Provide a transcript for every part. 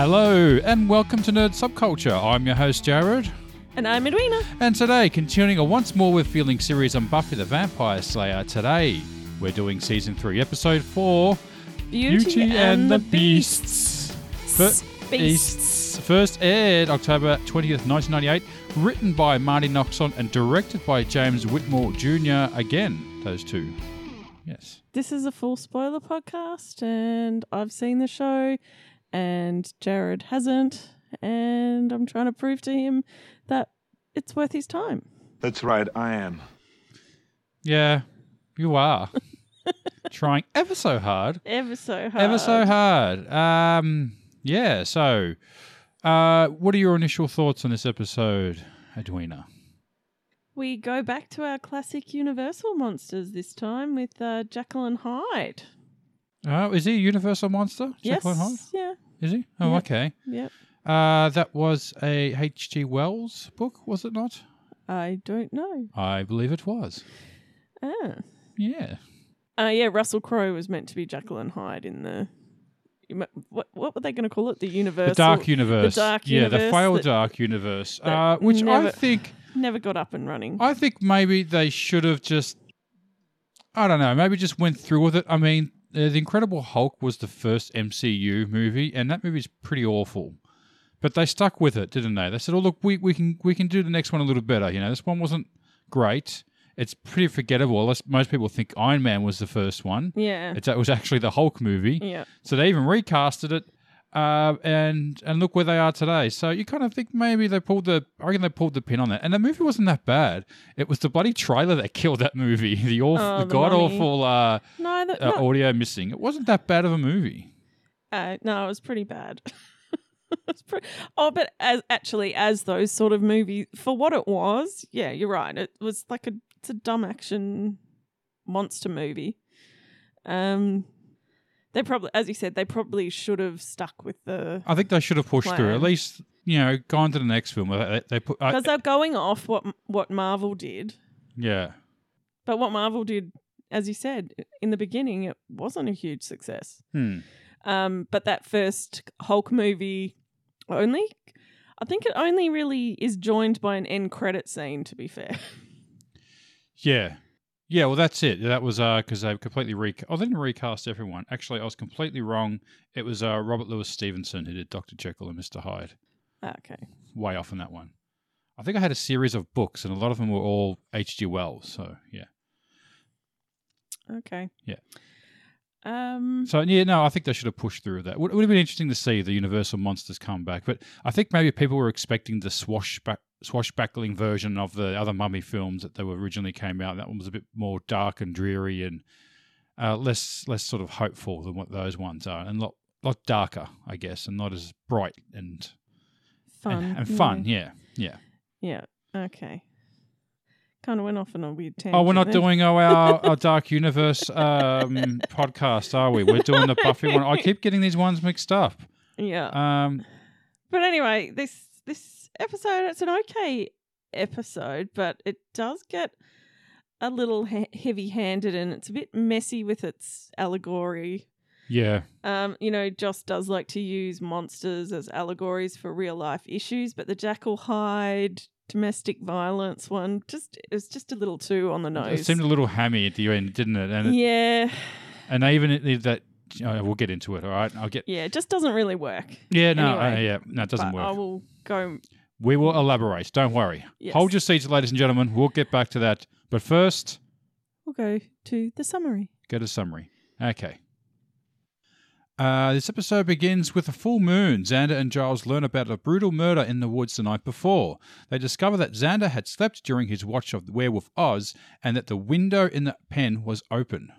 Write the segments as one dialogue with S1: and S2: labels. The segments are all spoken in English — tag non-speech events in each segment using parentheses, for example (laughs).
S1: Hello, and welcome to Nerd Subculture. I'm your host, Jared.
S2: And I'm Edwina.
S1: And today, continuing a once more we're feeling series on Buffy the Vampire Slayer, today we're doing season 3, episode 4
S2: Beauty,
S1: Beasts.
S2: Beasts.
S1: Fir-
S2: Beasts.
S1: Beasts. First aired October 20th, 1998. Written by Marty Noxon and directed by James Whitmore Jr. Again, those two. Yes.
S2: This is a full spoiler podcast, and I've seen the show, and Jared hasn't, and I'm trying to prove to him that it's worth his time.
S3: That's right, I am.
S1: Yeah, you
S2: (laughs)
S1: are. Trying ever so hard
S2: Ever so hard.
S1: ever so hard. Um, yeah. So, uh, what are your initial thoughts on this episode, Edwina?
S2: We go back to our classic Universal monsters this time with uh, Jacqueline Hyde.
S1: Oh, is he a universal monster? Jekyll and Hyde?
S2: yes. Yeah.
S1: Is he? Oh,
S2: Yeah.
S1: okay.
S2: Yep.
S1: Uh, that was a H.G. Wells book, was it not?
S2: I don't know.
S1: I believe it was.
S2: Ah.
S1: Yeah.
S2: Uh, yeah, Russell Crowe was meant to be Jacqueline Hyde in the. you mu- What, what were they going to call it? The universe.
S1: the Dark Universe.
S2: Dark
S1: yeah, the
S2: Universe
S1: failed
S2: that-
S1: Dark Universe.
S2: that
S1: Uh, which I
S2: never-
S1: think.
S2: Never got up and running.
S1: I think maybe they should have just, I don't know, maybe just went through with it. I mean, uh, The Incredible Hulk was the first MCU movie, and that movie's pretty awful. But they stuck with it, didn't they? They said, "Oh, look, we, we can we can do the next one a little better." You know, this one wasn't great. It's pretty forgettable. Unless most people think Iron Man was the first one.
S2: yeah. Mm.
S1: It's, it was actually the Hulk movie.
S2: Yeah.
S1: So they even recasted it, uh, and and look where they are today. So you kind of think maybe they pulled the, I reckon they pulled the pin on that. And the movie wasn't that bad. It was the bloody trailer that (laughs) killed that movie. The awful,
S2: Oh,
S1: the,
S2: the
S1: god
S2: mummy.
S1: awful uh,
S2: No, that,
S1: uh,
S2: no,
S1: audio missing. It wasn't that bad of a movie.
S2: uh, no, it was pretty bad. (laughs) It's pre- oh, but as actually, as those sort of movies, for what it was, yeah, you're right. It was like a it's a dumb action monster movie. Um, they probably, as you said, they probably should have stuck with the
S1: I think they should have pushed through. At
S2: Plan.
S1: least you know, gone to the next film. They, they put, uh,
S2: because they're going off what what Marvel did.
S1: yeah.
S2: But what Marvel did, as you said in the beginning, it wasn't a huge success.
S1: Hmm.
S2: Um, but that first Hulk movie only, I think it only really is joined by an end credit scene. To be fair, (laughs)
S1: Yeah. Yeah, well, that's it. That was because they completely recast. Oh, they didn't recast everyone. Actually, I was completely wrong. It was uh, Robert Louis Stevenson who did Dr. Jekyll and Mr. Hyde.
S2: Ah, okay,
S1: Way off on that one. I think I had a series of books, and a lot of them were all H.G. Wells. So, yeah.
S2: okay,
S1: Yeah.
S2: Um,
S1: So, yeah, no, I think they should have pushed through with that. It would have been interesting to see the Universal Monsters come back, but I think maybe people were expecting the swashback, swashbuckling version of the other mummy films that they were originally came out. That one was a bit more dark and dreary and uh, less less sort of hopeful than what those ones are, and lot lot darker, I guess, and not as bright and
S2: fun Hmm.
S1: and, and fun. Yeah, yeah.
S2: yeah, yeah. okay. Kind of went off on a weird tangent.
S1: Oh, we're not
S2: there.
S1: doing our, our, our Dark Universe
S2: (laughs)
S1: um, podcast, are we? We're doing the Buffy one. I keep getting these ones mixed up.
S2: Yeah,
S1: Um,
S2: but anyway, this this episode it's an okay episode, but it does get a little he- heavy-handed and it's a bit messy with its allegory.
S1: yeah.
S2: Um, you know, Joss does like to use monsters as allegories for real life issues, but the Jackal Hyde domestic violence one just it was just a little too on the
S1: It
S2: nose.
S1: seemed a little hammy at the end, didn't it? And it
S2: yeah,
S1: and they even did that oh, we'll get into it. All right, I'll get.
S2: yeah, it just doesn't really work.
S1: Yeah, no, uh,
S2: Anyway,
S1: yeah, no, it doesn't
S2: but I
S1: work.
S2: will go.
S1: We will elaborate. Don't worry.
S2: Yes.
S1: Hold your seats, ladies and gentlemen. We'll get back to that. But first,
S2: We'll go to the
S1: (laughs)
S2: summary.
S1: Get a summary. Okay. Uh, this episode begins with a full moon. Xander and Giles learn about a brutal murder in the woods the night before. They discover that Xander had slept during his watch of the werewolf Oz and that the window in the pen was open.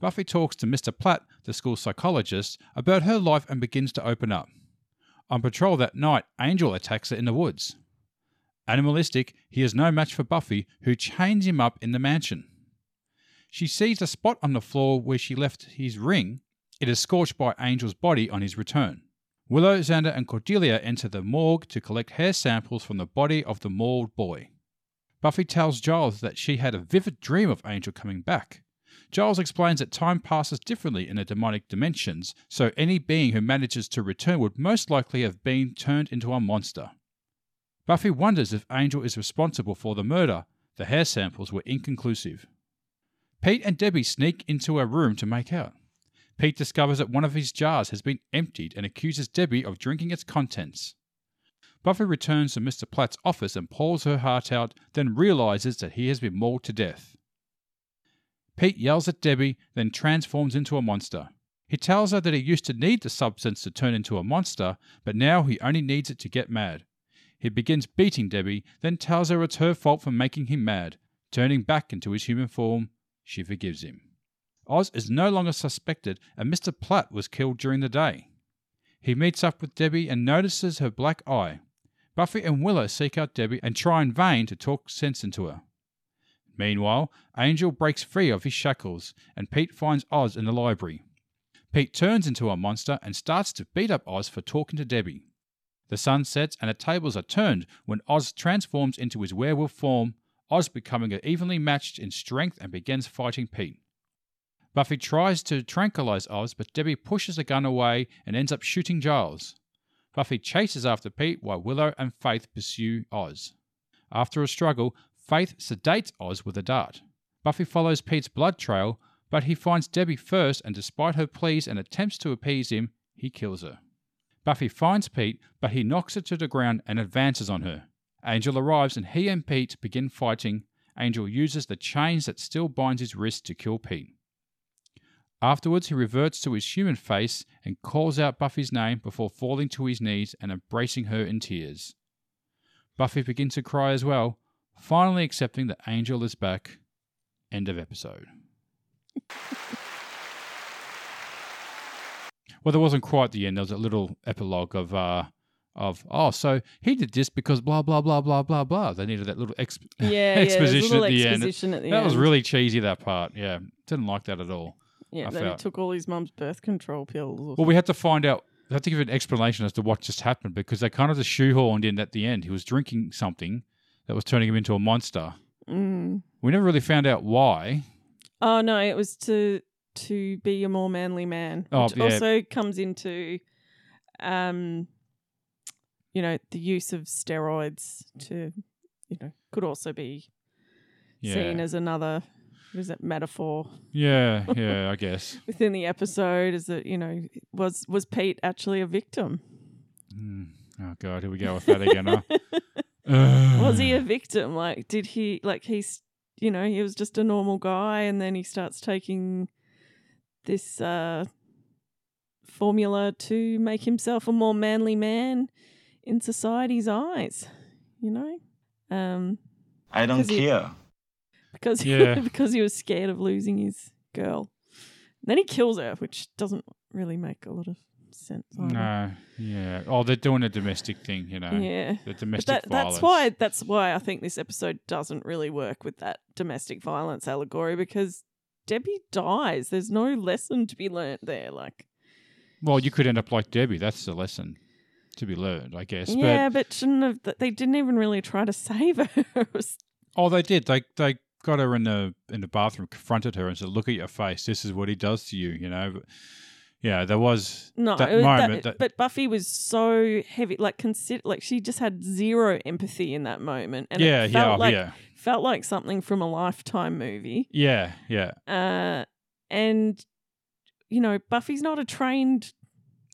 S1: Buffy talks to Mr. Platt, the school psychologist, about her life and begins to open up. On patrol that night, Angel attacks her in the woods. Animalistic, he is no match for Buffy, who chains him up in the mansion. She sees a spot on the floor where she left his ring. It is scorched by Angel's body on his return. Willow, Xander, and Cordelia enter the morgue to collect hair samples from the body of the mauled boy. Buffy tells Giles that she had a vivid dream of Angel coming back. Giles explains that time passes differently in the demonic dimensions, so any being who manages to return would most likely have been turned into a monster. Buffy wonders if Angel is responsible for the murder. The hair samples were inconclusive. Pete and Debbie sneak into a room to make out. Pete discovers that one of his jars has been emptied and accuses Debbie of drinking its contents. Buffy returns to Mr. Platt's office and pours her heart out, then realizes that he has been mauled to death. Pete yells at Debbie, then transforms into a monster. He tells her that he used to need the substance to turn into a monster, but now he only needs it to get mad. He begins beating Debbie, then tells her it's her fault for making him mad. Turning back into his human form, she forgives him. Oz is no longer suspected, and Mr. Platt was killed during the day. He meets up with Debbie and notices her black eye. Buffy and Willow seek out Debbie and try in vain to talk sense into her. Meanwhile, Angel breaks free of his shackles, and Pete finds Oz in the library. Pete turns into a monster and starts to beat up Oz for talking to Debbie. The sun sets and the tables are turned when Oz transforms into his werewolf form, Oz becoming evenly matched in strength and begins fighting Pete. Buffy tries to tranquilize Oz, but Debbie pushes the gun away and ends up shooting Giles. Buffy chases after Pete while Willow and Faith pursue Oz. After a struggle, Faith sedates Oz with a dart. Buffy follows Pete's blood trail, but he finds Debbie first, and despite her pleas and attempts to appease him, he kills her. Buffy finds Pete, but he knocks her to the ground and advances on her. Angel arrives and he and Pete begin fighting. Angel uses the chains that still binds his wrist to kill Pete. Afterwards, he reverts to his human face and calls out Buffy's name before falling to his knees and embracing her in tears. Buffy begins to cry as well, finally accepting that Angel is back. End of episode. Well, there wasn't quite the end. There was a little epilogue of, uh, of oh, so he did this because blah blah blah blah blah blah. They needed that little ex-
S2: Yeah, yeah. there's a
S1: Exposition
S2: little
S1: at the end.
S2: exposition at the
S1: That
S2: end.
S1: was really cheesy. That part, yeah, didn't like that at all. I
S2: Yeah, that
S1: felt-
S2: he took all his mum's birth control pills. Or
S1: Well, we had to find out. I had to give an explanation as to what just happened because they kind of just shoehorned in at the end. He was drinking something that was turning him into a monster.
S2: Mm.
S1: We never really found out why.
S2: Oh no, it was to to be a more manly man,
S1: Oh,
S2: which
S1: yeah.
S2: also comes into, um, you know, the use of steroids to, you know, could also be
S1: Yeah,
S2: seen as another. What is it metaphor
S1: yeah, yeah. I
S2: (laughs)
S1: guess.
S2: within the episode? Is that you know was was Pete actually a victim?
S1: Hmm. Oh god, here we go with that again.
S2: (laughs)
S1: Huh? Ugh.
S2: was he a victim? Like, did he like he's you know he was just a normal guy, and then he starts taking this uh formula to make himself a more manly man in society's eyes. You know, um,
S3: I don't
S2: 'Cause you-
S3: care.
S2: because
S1: Yeah.
S2: (laughs) because he was scared of losing his girl. then he kills her, which doesn't really make a lot of sense. either.
S1: No, yeah. Oh, they're doing a domestic thing, you know.
S2: Yeah.
S1: The
S2: But
S1: domestic
S2: that,
S1: violence.
S2: that's why that's why I think this episode doesn't really work with that domestic violence allegory because Debbie dies. There's no lesson to be learnt there. Like,
S1: Well, you could end up like Debbie. That's the lesson to be learned, I guess.
S2: yeah, but shouldn't have. th- They didn't even really try to (laughs) save her. It was-
S1: But oh, they did. They they got her in the in the bathroom, confronted her, and said, "Look at your face. This is what he does to you." You know. But, yeah, there was
S2: no,
S1: that
S2: it was-
S1: moment. That,
S2: but Buffy was so heavy. Like, consider like she just had zero empathy in that moment, and
S1: yeah,
S2: it
S1: yeah,
S2: felt like
S1: yeah,
S2: felt like something from a Lifetime movie.
S1: yeah, yeah.
S2: Uh, and you know, Buffy's not a trained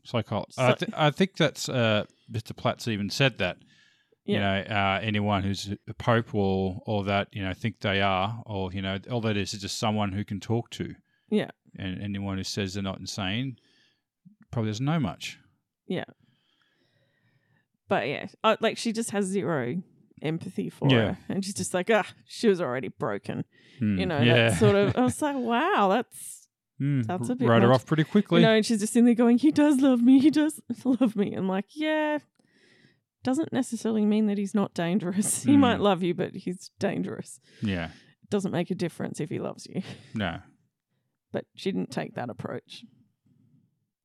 S1: Psychologist. I,
S2: So-
S1: th- I think that's uh, Mr. Platts even said that. You
S2: Yeah.
S1: know, uh, anyone who's a pope or or that you know think they are, or you know, all that is is just someone who can talk to.
S2: Yeah.
S1: And anyone who says they're not insane probably doesn't know much.
S2: but yeah, uh, like she just has zero empathy for
S1: Yeah.
S2: her, and she's just like, ah, she was already broken.
S1: Hmm,
S2: You know,
S1: yeah.
S2: that sort
S1: (laughs)
S2: of. I was like, wow, that's
S1: Hmm,
S2: that's a bit
S1: wrote her
S2: much.
S1: off pretty
S2: you
S1: quickly.
S2: know, and she's just in there going, he does love me, he does (laughs) love me. I'm like, yeah, doesn't necessarily mean that he's not dangerous. He
S1: Mm.
S2: might love you, but he's dangerous.
S1: Yeah,
S2: It doesn't make a difference if he loves you.
S1: no,
S2: But she didn't take that approach.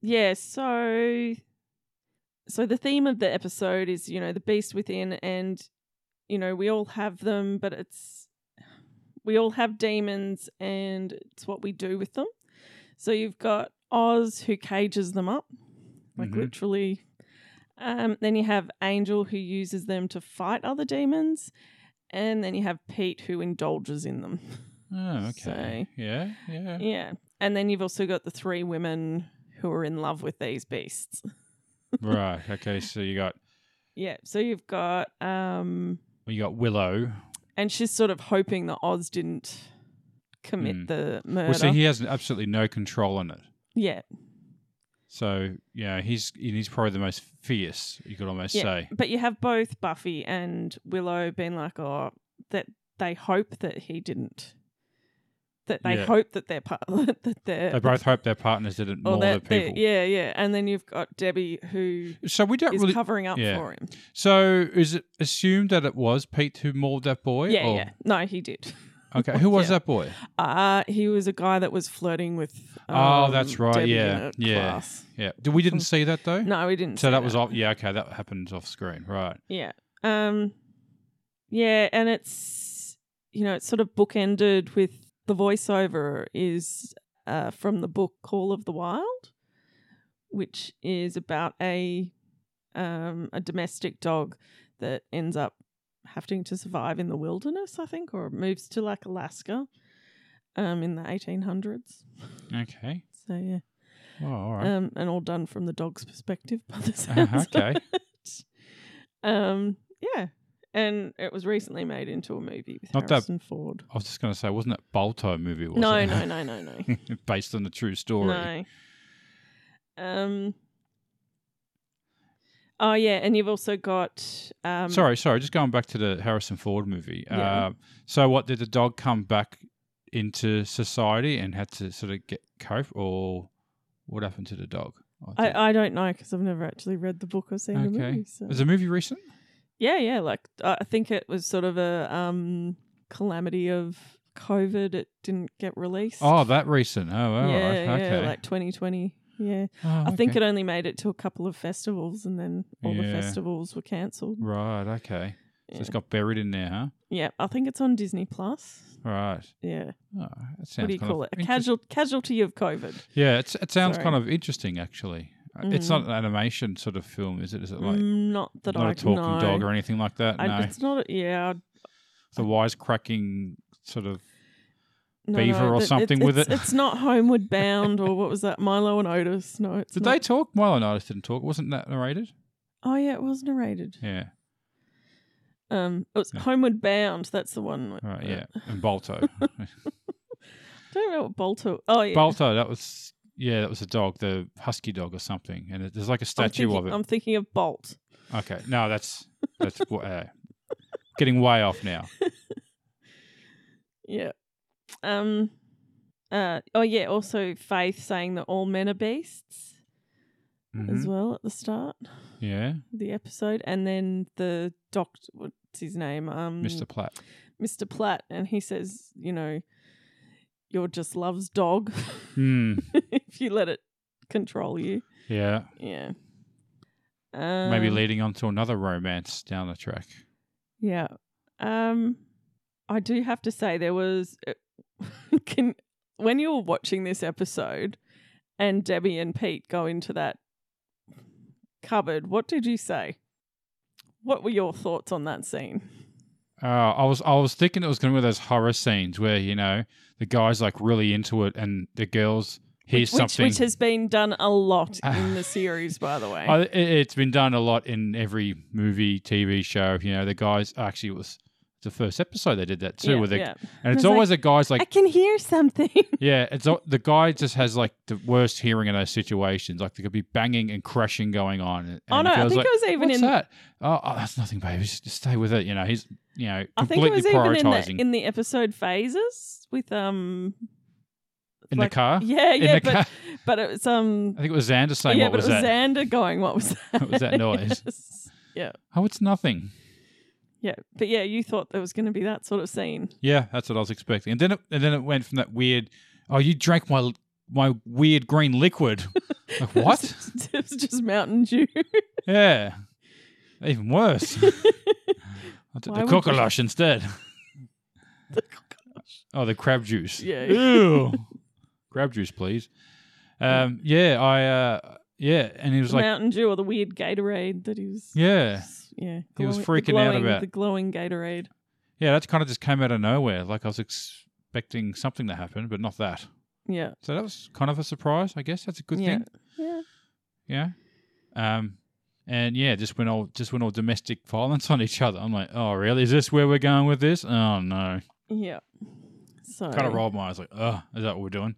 S2: Yeah, so so the theme of the episode is, you know, the beast within and you know, we all have them, but it's we all have demons and it's what we do with them. So you've got Oz who cages them up, like
S1: Mhm.
S2: literally. Um, then you have Angel who uses them to fight other demons. And then you have Pete who indulges in them.
S1: Oh, okay. yeah, yeah.
S2: Yeah. And then you've also got the three women who are in love with these beasts.
S1: right. Okay. So you got
S2: Yeah. So you've got um
S1: well, you got Willow.
S2: and she's sort of hoping that Oz didn't commit
S1: Hmm.
S2: the murder.
S1: Well, so he has absolutely no control on it.
S2: yeah.
S1: So yeah, he's he's probably the most fierce. You could almost
S2: Yeah.
S1: say.
S2: But you have both Buffy and Willow being like, oh, that they hope that he didn't. That they
S1: Yeah.
S2: hope that they're part (laughs) that they're
S1: They both hope their partners did it more
S2: or
S1: than
S2: that they're-
S1: people.
S2: yeah yeah and then you've got Debbie who
S1: So we don't
S2: is
S1: really.
S2: covering up
S1: yeah.
S2: for him.
S1: so is it assumed that it was Pete who mauled that boy?
S2: Yeah
S1: or-
S2: yeah no he did.
S1: Okay. Who was
S2: Yeah.
S1: that boy?
S2: Uh he was a guy that was flirting with.
S1: Oh,
S2: um,
S1: that's right,
S2: Debbie
S1: yeah,
S2: in a
S1: yeah.
S2: Class.
S1: Yeah. Did- We didn't see that though.
S2: No, we didn't.
S1: So
S2: see
S1: that was off. Yeah. Okay. That happened off screen. Right.
S2: Yeah. Um yeah, and it's you know, it's sort of bookended with the voiceover is uh from the book Call of the Wild, which is about a um a domestic dog that ends up having to survive in the wilderness, I think, or moves to like Alaska um in the 1800s.
S1: Okay.
S2: So yeah.
S1: Oh, all right.
S2: Um, and all done from the dog's perspective. (laughs) By the
S1: Uh,
S2: sounds of
S1: okay.
S2: it. Um. Yeah. And it was recently made into a movie with
S1: Not that-
S2: Harrison Ford.
S1: I was just going to say, wasn't it Balto movie? Was
S2: No,
S1: it? (laughs)
S2: no, no, no, no,
S1: Based on the true story.
S2: no. Um. Oh yeah, and you've also got. Um,
S1: sorry, sorry. Just going back to the Harrison Ford movie.
S2: Yeah.
S1: Uh, so, what did the dog come back into society and had to sort of get cope, or what happened to the dog? think-
S2: I, I don't know because I've never actually read the book or seen the
S1: Okay.
S2: movie. So.
S1: was the movie recent?
S2: Yeah, yeah. Like I I think it was sort of a um calamity of COVID. It didn't get released.
S1: Oh, that recent. Oh, all
S2: yeah,
S1: right.
S2: yeah,
S1: Okay.
S2: like 2020. Yeah,
S1: Oh,
S2: I think
S1: okay.
S2: it only made it to a couple of festivals, and then all the
S1: Yeah.
S2: festivals were cancelled.
S1: Right. Okay. So
S2: Yeah.
S1: it's got buried in there, huh?
S2: yeah, I think it's on Disney Plus.
S1: Right.
S2: Yeah,
S1: Oh, that sounds
S2: what do you
S1: kind of
S2: call it? A
S1: interest-
S2: casual casualty of COVID.
S1: Yeah, it's, it sounds
S2: Sorry. Mm-hmm.
S1: kind of interesting, actually. Uh, It's not an animation sort of film, is it? Is it like
S2: Mm, not that
S1: not
S2: I
S1: a talking
S2: know.
S1: dog or anything like that?
S2: I,
S1: no,
S2: It's not. Yeah, I'd-
S1: the wisecracking sort of.
S2: no,
S1: Beaver
S2: no,
S1: or
S2: that- it-
S1: something with
S2: it's-
S1: it.
S2: It's not Homeward Bound or what was
S1: (laughs)
S2: that? Milo and Otis. No, it's
S1: Did
S2: not.
S1: they talk? Milo Nidus didn't talk. Wasn't that narrated?
S2: Oh yeah, it was narrated.
S1: Yeah,
S2: Um, it was
S1: Yeah.
S2: Homeward Bound. That's the one.
S1: right.
S2: Uh,
S1: Yeah, and Balto.
S2: don't know what Balto. Oh (laughs) yeah,
S1: Balto. That was yeah. That was a dog, the husky dog or something. And it, there's like a
S2: I'm
S1: statue
S2: thinking-
S1: of it.
S2: I'm thinking of Bolt.
S1: Okay. No, that's that's w- uh, getting way off now.
S2: Yeah. Um uh oh yeah, also Faith saying that all men are beasts
S1: Mhm.
S2: as well at the start
S1: Yeah,
S2: of the episode. And then the doctor what's his name? Um
S1: Mr. Platt.
S2: Mr. Platt and he says, you know, you're just love's dog (laughs)
S1: Hmm.
S2: if you let it control you.
S1: Yeah,
S2: Yeah. Um,
S1: maybe leading on to another romance down the track.
S2: Yeah. Um I do have to say there was uh, (laughs) can when you were watching this episode and Debbie and Pete go into that cupboard, what did you say? What were your thoughts on that scene?
S1: Uh, I was I was thinking it was going to be one of those horror scenes where you know the guy's like really into it and the girls hear
S2: Which,
S1: something.
S2: which has been done
S1: (sighs)
S2: a lot in the series, by the way.
S1: I, it- it's been done a lot in every movie, TV show. You know, the guys actually it was the first episode they did that too,
S2: Yeah,
S1: with the,
S2: yeah.
S1: and it's
S2: was
S1: always the guys
S2: I
S1: like,
S2: can
S1: (laughs)
S2: hear something.
S1: yeah, it's al- the guy just has like the worst hearing in those situations. Like there could be banging and crashing going on. And
S2: oh
S1: the
S2: no, I
S1: girl's
S2: think
S1: like,
S2: it was even
S1: What's
S2: in
S1: that? Oh, oh, that's nothing, baby. Just, just stay with it. You know, he's you know
S2: I think
S1: completely
S2: it was even in the,
S1: prioritizing
S2: in the episode phases with um
S1: in
S2: like-
S1: the car.
S2: yeah,
S1: Ah, In
S2: yeah,
S1: the
S2: but
S1: car.
S2: but it was um
S1: I think it was Xander saying,
S2: yeah,
S1: "What
S2: but
S1: was,
S2: it was
S1: that?
S2: Xander going, what was
S1: (laughs)
S2: that?
S1: What was that noise?
S2: (laughs) Yes.
S1: Oh, it's nothing."
S2: Yeah. But yeah, you thought there was going to be that sort of scene. (laughs)
S1: Yeah, that's what I was expecting. And then it, and then it went from that weird, "Oh, you drank my my weird green
S2: (laughs)
S1: liquid." like what?
S2: it was just Mountain Dew. (laughs)
S1: yeah, even worse. I took the
S2: Why would you-
S1: cockalosh instead.
S2: The cockroach.
S1: Oh, the crab juice.
S2: Yeah.
S1: Ew. crab juice, please. Um, yeah, I. Uh, yeah, and he was like,
S2: Mountain Dew or the weird Gatorade that he was.
S1: yeah,
S2: Yeah.
S1: He was
S2: glowing- the
S1: freaking out
S2: glowing-
S1: about.
S2: The glowing Gatorade.
S1: yeah. That kind of just came out of nowhere. Like I was expecting something to happen, but not that.
S2: Yeah.
S1: So that was kind of a surprise. I guess that's a good
S2: yeah.
S1: thing.
S2: Yeah.
S1: Yeah. Um, and yeah, just went all just went all domestic violence on each other. I'm like, oh really? Is this where we're going with this? Oh no.
S2: Yeah. So.
S1: Kind of rolled my eyes like, oh, is that what we're
S2: (laughs)
S1: doing?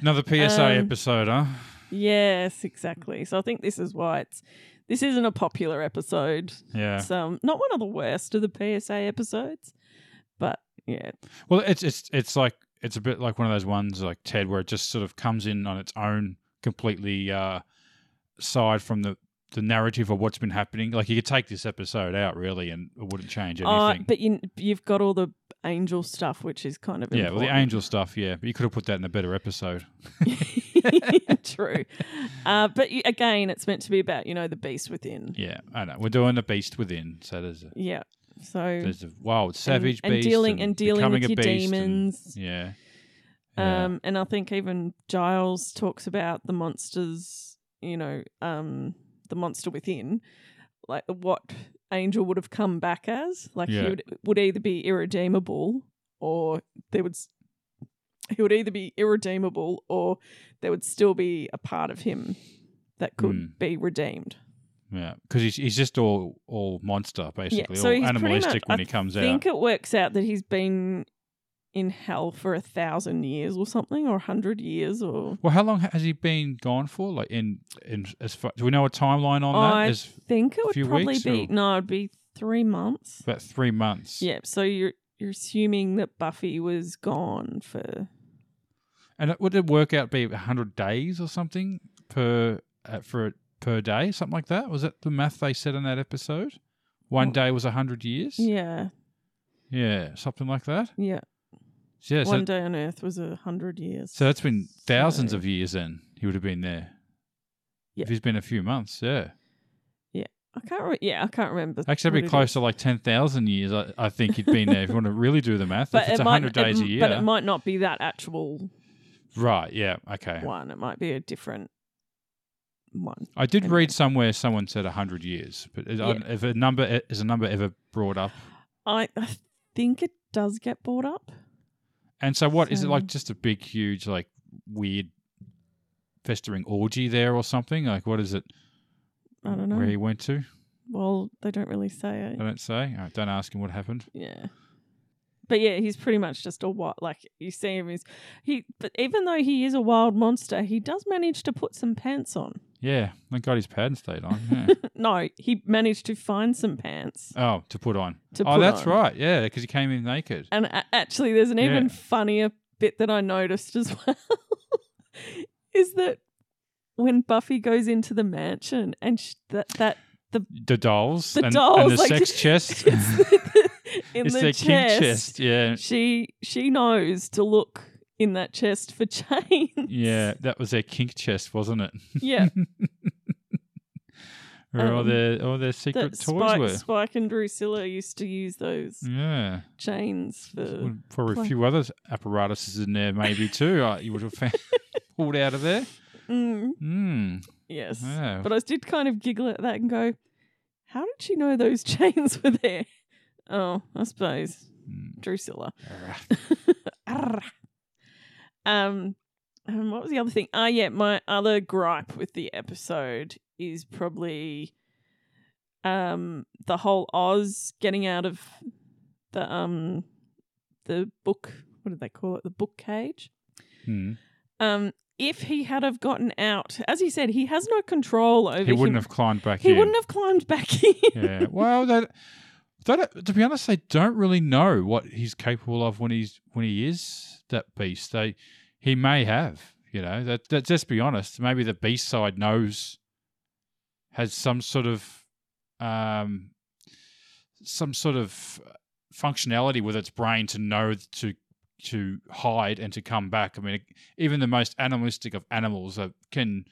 S1: Another PSA
S2: Um,
S1: episode, huh?
S2: Yes, exactly. So I think this is why it's. This isn't a popular episode.
S1: Yeah.
S2: It's um, not one of the worst of the PSA episodes, but yeah,
S1: Well, it's it's it's like it's a bit like one of those ones like Ted, where it just sort of comes in on its own, completely uh, side from the the narrative of what's been happening. Like you could take this episode out really, and it wouldn't change
S2: Uh,
S1: anything.
S2: but you, you've got all the angel stuff, which is kind of
S1: yeah, well, the
S2: important.
S1: angel stuff. Yeah, but you could have put that in a better episode.
S2: (laughs) True, uh, but you, again, it's meant to be about you know the beast within.
S1: Yeah, I know. We're doing the beast within, so there's a,
S2: Yeah, so
S1: there's a wild savage
S2: and, and
S1: beast
S2: dealing and dealing
S1: becoming
S2: with your
S1: a beast and-
S2: demons.
S1: yeah. Yeah.
S2: um, and I think even Giles talks about the monsters. You know, um, the monster within, like what Angel would have come back as. Like
S1: Yeah.
S2: he would, would either be irredeemable or there would. s- He would either be irredeemable or there would still be a part of him that could
S1: Mm.
S2: be redeemed.
S1: yeah, because he's, he's just all all monster basically,
S2: so
S1: all
S2: he's pretty much-
S1: animalistic when
S2: I
S1: he comes
S2: I
S1: out.
S2: think it works out that he's been in hell for a thousand years or something, or a hundred years, or
S1: Well, how long has he been gone for? Like in in as far, do we know a timeline on
S2: I
S1: that? It's
S2: think it
S1: few
S2: would probably
S1: weeks
S2: be
S1: or-
S2: no, it'd be three months.
S1: about three months.
S2: Yeah, so you're you're assuming that Buffy was gone for
S1: and it, would it work out be hundred days or something per uh, for per day, something like that? Was that the math they said in that episode? One
S2: Well-
S1: day was hundred years.
S2: yeah,
S1: Yeah, something like that.
S2: yeah.
S1: So, yeah, so,
S2: One day on Earth was a hundred years.
S1: so that's been thousands
S2: So-
S1: of years. Then he would have been there.
S2: Yeah.
S1: If he's been a few months, yeah.
S2: I can't. Re- yeah, I can't remember.
S1: Actually,
S2: what
S1: that'd
S2: it
S1: be
S2: is.
S1: close to like ten thousand years. I, I think he'd been there. if you want to really do the math,
S2: But
S1: if it's
S2: it might.
S1: hundred
S2: it
S1: days a
S2: m-
S1: year,
S2: But it might not be that actual
S1: right? Yeah, okay.
S2: one. It might be a different one.
S1: I did
S2: Anyway.
S1: read somewhere someone said 100 years, but it- I-
S2: Yeah.
S1: if a number eh, is a number ever brought up.
S2: I, I think it does get brought up.
S1: And so what is it like
S2: So-
S1: just a big huge like weird festering orgy there or something? Like what is it
S2: I don't know.
S1: Mm, where he went to?
S2: Well, they don't really say
S1: I
S2: it.
S1: don't say. I don't ask him what happened.
S2: Yeah. But yeah, he's pretty much just a what like you see him is he but even though he is a wild monster, he does manage to put some pants on. (laughs)
S1: Yeah, thank God his pad stayed on. yeah.
S2: no, he managed to find some pants
S1: oh, to put on.
S2: to
S1: oh,
S2: put
S1: that's
S2: on.
S1: right. Yeah, because he came in naked.
S2: And a- actually there's an even
S1: Yeah.
S2: funnier bit that I noticed as (laughs) well. is that when Buffy goes into the mansion and sh- that that
S1: The dolls
S2: The
S1: and, and
S2: dolls,
S1: the
S2: like- (laughs)
S1: sex chest.
S2: in
S1: (laughs) it's
S2: the
S1: their
S2: chest,
S1: king chest.
S2: (laughs)
S1: Yeah.
S2: she she knows to look in that chest for (laughs) chains.
S1: Yeah, that was their kink chest, wasn't it?
S2: (laughs) yeah.
S1: Where all
S2: Um,
S1: their all their (laughs) secret
S2: that
S1: toys
S2: Spike,
S1: were. Mm.
S2: Spike and Drusilla used to use those
S1: Yeah.
S2: chains for.
S1: Well, Probably a
S2: play.
S1: few other apparatuses in there,
S2: (laughs)
S1: maybe too. uh, you would have found, (laughs) pulled out of there.
S2: Mm,
S1: Mm,
S2: yes,
S1: yeah.
S2: but I did kind of giggle at that and go, "How did she know those (laughs) chains were there?" Oh, I suppose (laughs)
S1: Mm.
S2: Drusilla.
S1: Alright.
S2: Arrgh. um, and what was the other thing? Ah, yeah, my other gripe with the episode is probably um the whole Oz getting out of the um the book. What did they call it? The book cage.
S1: Mm.
S2: Um, if he had have gotten out, as he said, he has no control over.
S1: He wouldn't
S2: him-
S1: have climbed back
S2: He
S1: in.
S2: wouldn't have climbed back (laughs) in.
S1: yeah. Well, that, that to be honest, they don't really know what he's capable of when he's when he is that beast. They he may have, you know. That that just be honest. Maybe the beast side knows has some sort of um some sort of functionality with its brain to know to to hide and to come back. I mean, even the most animalistic of animals uh, can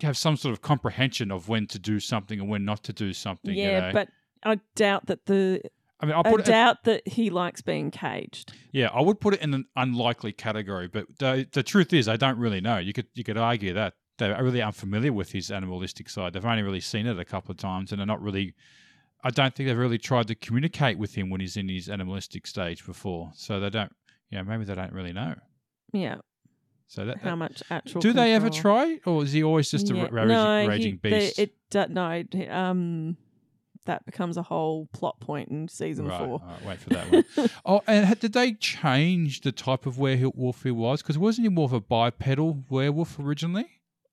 S1: have some sort of comprehension of when to do something and when not to do something. you
S2: yeah,
S1: know?
S2: but I doubt that the
S1: I mean, I'll
S2: I
S1: put it.
S2: doubt that he likes being caged.
S1: yeah, I would put it in an unlikely category, but the, the truth is, I don't really know. You could you could argue that they really aren't familiar with his animalistic side. They've only really seen it a couple of times, and they're not really. I don't think they've really tried to communicate with him when he's in his animalistic stage before, so they don't. You know, maybe they don't really know.
S2: Yeah.
S1: So that,
S2: How
S1: that (laughs)
S2: much actual?
S1: do they ever
S2: control.
S1: try, or is he always just a
S2: Yeah.
S1: ra- raging,
S2: no,
S1: raging
S2: he- they-
S1: beast?
S2: it do- no, it- um, that becomes a whole plot point in season
S1: right,
S2: four.
S1: all right, wait for that one.
S2: (laughs)
S1: oh, and had- did they change the type of werewolf he was? Because wasn't he more of a bipedal werewolf originally?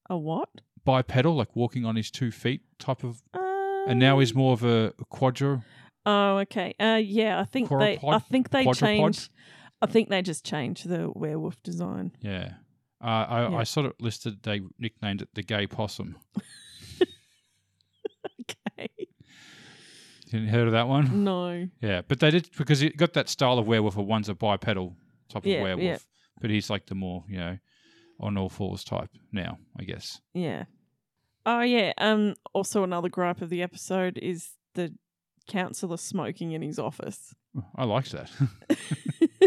S2: a what?
S1: Bipedal, like walking on his two feet type of.
S2: Um,
S1: And now he's more of a quadru.
S2: Oh, okay. Uh, yeah, I think they. I
S1: Quadrupod?
S2: think they
S1: Quadrupod?
S2: change. I think they just changed the werewolf design. (laughs)
S1: Yeah. Uh, I,
S2: Yeah.
S1: I sort of listed, they nicknamed it the gay possum.
S2: Okay.
S1: Didn't heard of that one?
S2: No.
S1: Yeah, but they did because it got that style of werewolf. Of one's a bipedal type
S2: Yeah,
S1: of
S2: yeah.
S1: werewolf, but he's like the more you know on all fours type now, I guess.
S2: Yeah. Oh yeah. Um. Also, another gripe of the episode is the counselor smoking in his office. (laughs)
S1: I liked that.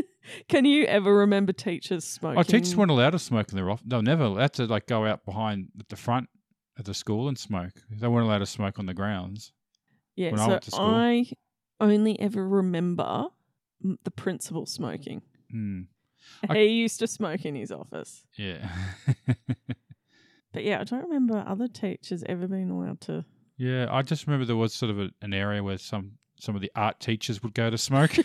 S1: (laughs)
S2: Can you ever remember teachers smoking?
S1: Our Oh, teachers weren't allowed to smoke in their office. They were never allowed to like go out behind at the front at the school and smoke. They weren't allowed to smoke on the grounds.
S2: Yeah.
S1: when I
S2: so I,
S1: went to school.
S2: only ever remember m- the principal smoking. (laughs)
S1: Hmm. I-
S2: He used to smoke in his office.
S1: Yeah, (laughs)
S2: But yeah, I don't remember other teachers ever being allowed to. (laughs)
S1: yeah. I just remember there was sort of a, an area where some some of the art teachers would go to smoke.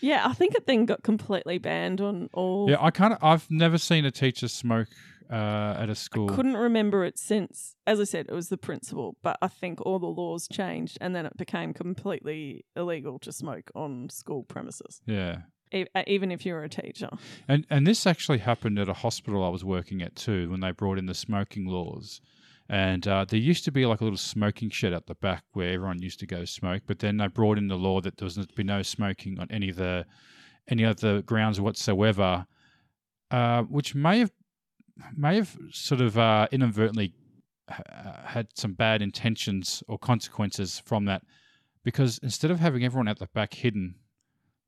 S2: yeah, I think it then got completely banned on all.
S1: yeah, I kind of I've never seen a teacher smoke uh, at a school.
S2: couldn't remember it since, as I said, it was the principal, but I think all the laws changed and then it became completely illegal to smoke on school premises,
S1: Yeah.
S2: e- uh, even if you were a teacher.
S1: And and this actually happened at a hospital I was working at too when they brought in the smoking laws. And uh, there used to be like a little smoking shed out the back where everyone used to go smoke, but then they brought in the law that there was to be no smoking on any of the any other grounds whatsoever, uh, which may have may have sort of uh, inadvertently ha- had some bad intentions or consequences from that, because instead of having everyone out the back hidden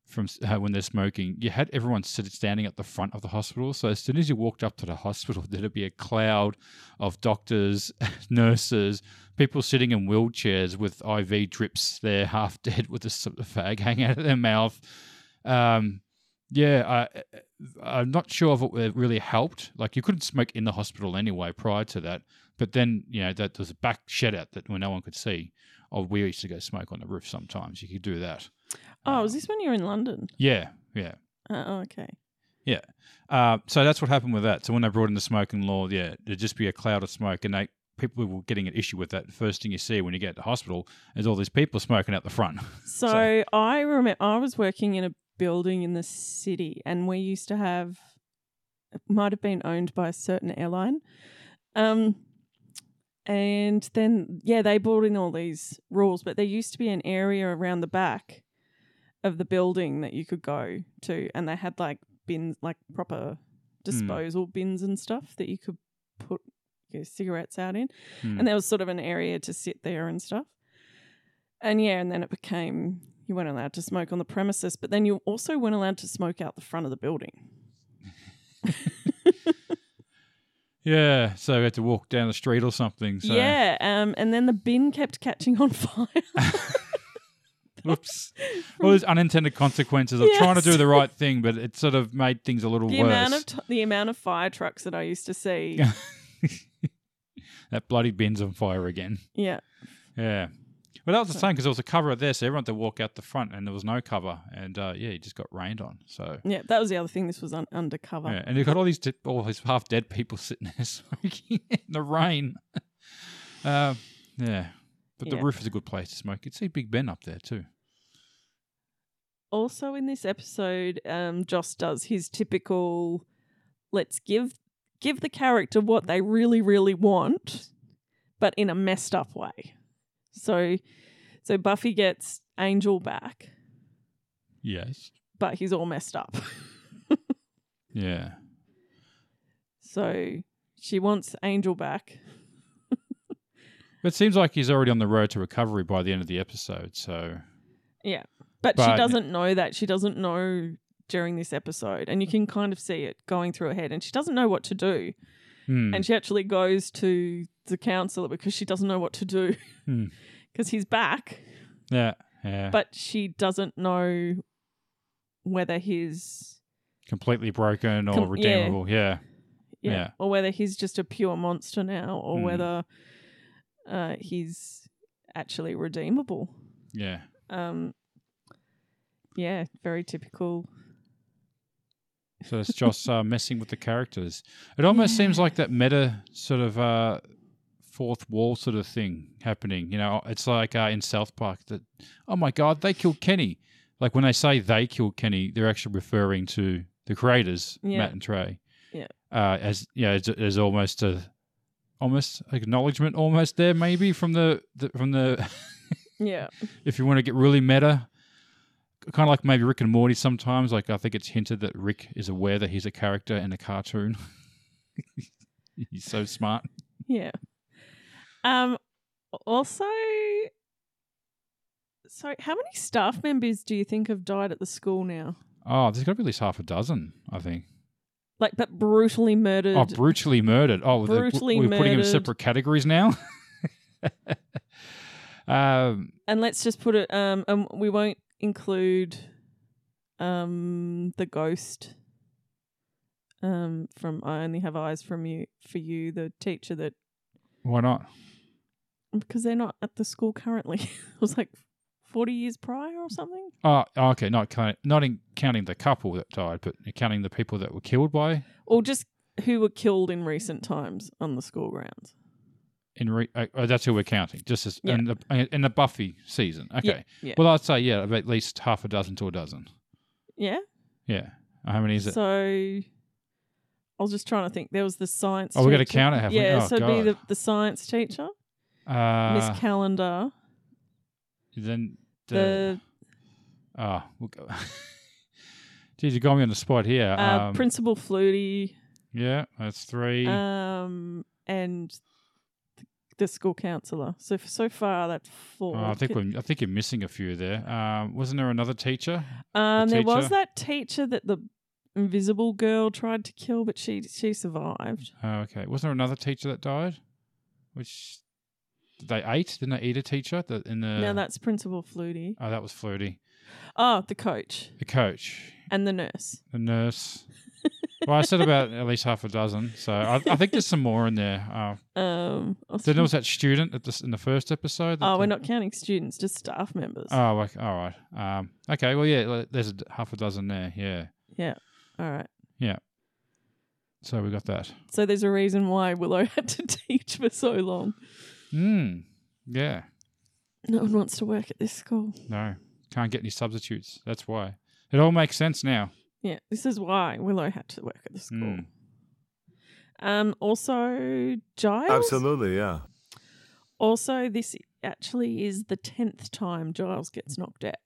S1: from s- uh, when they're smoking, you had everyone sit, standing at the front of the hospital. So as soon as you walked up to the hospital, (laughs) there'd be a cloud of doctors, (laughs) nurses, people sitting in wheelchairs with IV drips. They're (laughs) half dead with a sort of fag hanging out of their mouth. Um, yeah, I, I'm not sure if it really helped. Like you couldn't smoke in the hospital anyway prior to that. But then you know that there's a back shed out that where no one could see. Oh, we used to go smoke on the roof sometimes. You could do that.
S2: Oh,
S1: Um,
S2: was this when you were in London?
S1: yeah, yeah.
S2: Oh, okay.
S1: Uh, so that's what happened with that. So when they brought in the smoking law, yeah, there'd just be a cloud of smoke, and they people were getting an issue with that. First thing you see when you get to hospital is all these people smoking out the front. (laughs)
S2: So,
S1: So-
S2: I remember I was working in a building in the city, and we used to have it might have been owned by a certain airline, um, and then yeah, they brought in all these rules, but there used to be an area around the back of the building that you could go to, and they had like bins, like
S1: Hmm.
S2: proper disposal bins and stuff that you could put your cigarettes out in
S1: Hmm.
S2: and there was sort of an area to sit there and stuff. And yeah, and then it became you weren't allowed to smoke on the premises, but then you also weren't allowed to smoke out the front of the building.
S1: yeah, so we had to walk down the street or something. So. (laughs)
S2: Yeah, um, and then the bin kept catching on (laughs) fire.
S1: Whoops. Well, there's unintended consequences of trying to
S2: Yes.
S1: do the right thing, but it sort of made things a little
S2: the
S1: worse.
S2: amount of t- the amount of fire trucks that I used to see.
S1: (laughs) Yeah. that bloody bin's on fire again.
S2: yeah,
S1: Yeah. Well, that was the same because there was a cover there, so everyone had to walk out the front, and there was no cover, and uh, yeah, you just got rained on. So
S2: yeah, that was the other thing. This was un- undercover.
S1: yeah, and you got all these di- all these half dead people sitting there (laughs) smoking in the rain. (laughs) Um, yeah, but the
S2: Yeah.
S1: roof is a good place to smoke. You could see Big Ben up there too.
S2: Also, in this episode, um, Joss does his typical let's give give the character what they really, really want, but in a messed up way. So, so Buffy gets Angel back,
S1: Yes.
S2: but he's all messed up. (laughs)
S1: Yeah.
S2: so she wants Angel back.
S1: It seems like he's already on the road to recovery by the end of the episode. So
S2: But,
S1: But-
S2: she doesn't know that. She doesn't know during this episode. And you can kind of see it going through her head. And she doesn't know what to do.
S1: Hmm.
S2: And she actually goes to the counselor because she doesn't know what to do (laughs)
S1: Hmm.
S2: because he's back.
S1: yeah, yeah.
S2: But she doesn't know whether he's.
S1: Completely broken or
S2: Com- yeah.
S1: redeemable. Yeah.
S2: Yeah,
S1: Yeah.
S2: Or whether he's just a pure monster now or
S1: Hmm.
S2: whether uh, he's actually redeemable.
S1: yeah,
S2: Um, yeah, very typical.
S1: So it's just uh, messing with the characters. It almost
S2: Yeah.
S1: seems like that meta sort of uh, fourth wall sort of thing happening. You know, it's like uh, in South Park that oh my god, they killed Kenny. Like when they say they killed Kenny, they're actually referring to the creators,
S2: Yeah.
S1: Matt and Trey.
S2: Yeah.
S1: Uh, as yeah, as, as almost a almost acknowledgement almost there maybe from the, the from the (laughs)
S2: Yeah.
S1: if you want to get really meta, kind of like maybe Rick and Morty sometimes. Like I think it's hinted that Rick is aware that he's a character in a cartoon. (laughs) he's so smart.
S2: Yeah. Um also so how many staff members do you think have died at the school now?
S1: Oh, there's got to be at least half a dozen, I think.
S2: Like but brutally murdered.
S1: Oh, brutally murdered. Oh, the-
S2: Brutally
S1: we're putting them in
S2: murdered.
S1: separate categories now. (laughs) um,
S2: and let's just put it um and we won't include um the ghost um from I only have eyes from you for you the teacher that
S1: why not?
S2: because they're not at the school currently. (laughs) it was like 40 years prior or something.
S1: Oh, okay. Not count, not in counting the couple that died, but counting the people that were killed by
S2: Or just who were killed in recent times on the school grounds.
S1: in re- uh, uh, that's who we're counting. Just as
S2: Yeah.
S1: in, the, in the Buffy season. Okay.
S2: yeah.
S1: Well, I'd say yeah, of at least half a dozen to a dozen.
S2: Yeah.
S1: Yeah. How many is it?
S2: So I was just ttrying to think. There was the science.
S1: oh, we got to
S2: teacher.
S1: count it. Have
S2: Yeah,
S1: we? Oh,
S2: so it'd
S1: God.
S2: be the, the science teacher,
S1: uh,
S2: Miss Calendar,
S1: then the,
S2: the
S1: oh, we'll go. (laughs) Geez, you got me on the spot here.
S2: uh,
S1: um,
S2: Principal Flutie,
S1: yeah, that's three.
S2: um, and th- the school counselor. So f- so far that's
S1: Oh,
S2: four.
S1: I think
S2: Could-
S1: we're, I think you're missing a few there. Um, wasn't there another teacher?
S2: um, there was
S1: teacher.
S2: that teacher that the invisible girl tried to kill, but she she survived.
S1: Oh, okay, wasn't there another teacher that died? Which they ate? Didn't they eat a teacher? The, in the
S2: now that's Principal Flutie.
S1: oh, that was Flutie,
S2: Oh, the coach
S1: the coach.
S2: and the nurse.
S1: The nurse. well, I said about at least half a dozen, so I, I think there's some more in there. Uh,
S2: Um, I was
S1: then there was that student at this in the first episode. that (laughs)
S2: Oh, we're
S1: the-
S2: not counting students, just staff members.
S1: Oh, like, all right. Um, okay. Well, yeah. like, There's a d- half a dozen there. Yeah.
S2: All right.
S1: So we got that.
S2: So there's a reason why Willow (laughs) had to teach for so long.
S1: Hmm. Yeah.
S2: No one wants to work at this school.
S1: No. Can't get any substitutes. That's why. It all makes sense now.
S2: Yeah, this is why Willow had to work at the school.
S1: Mm. Hmm.
S2: Um, also Giles.
S3: Absolutely, yeah.
S2: Also, this actually is the tenth time Giles gets knocked out.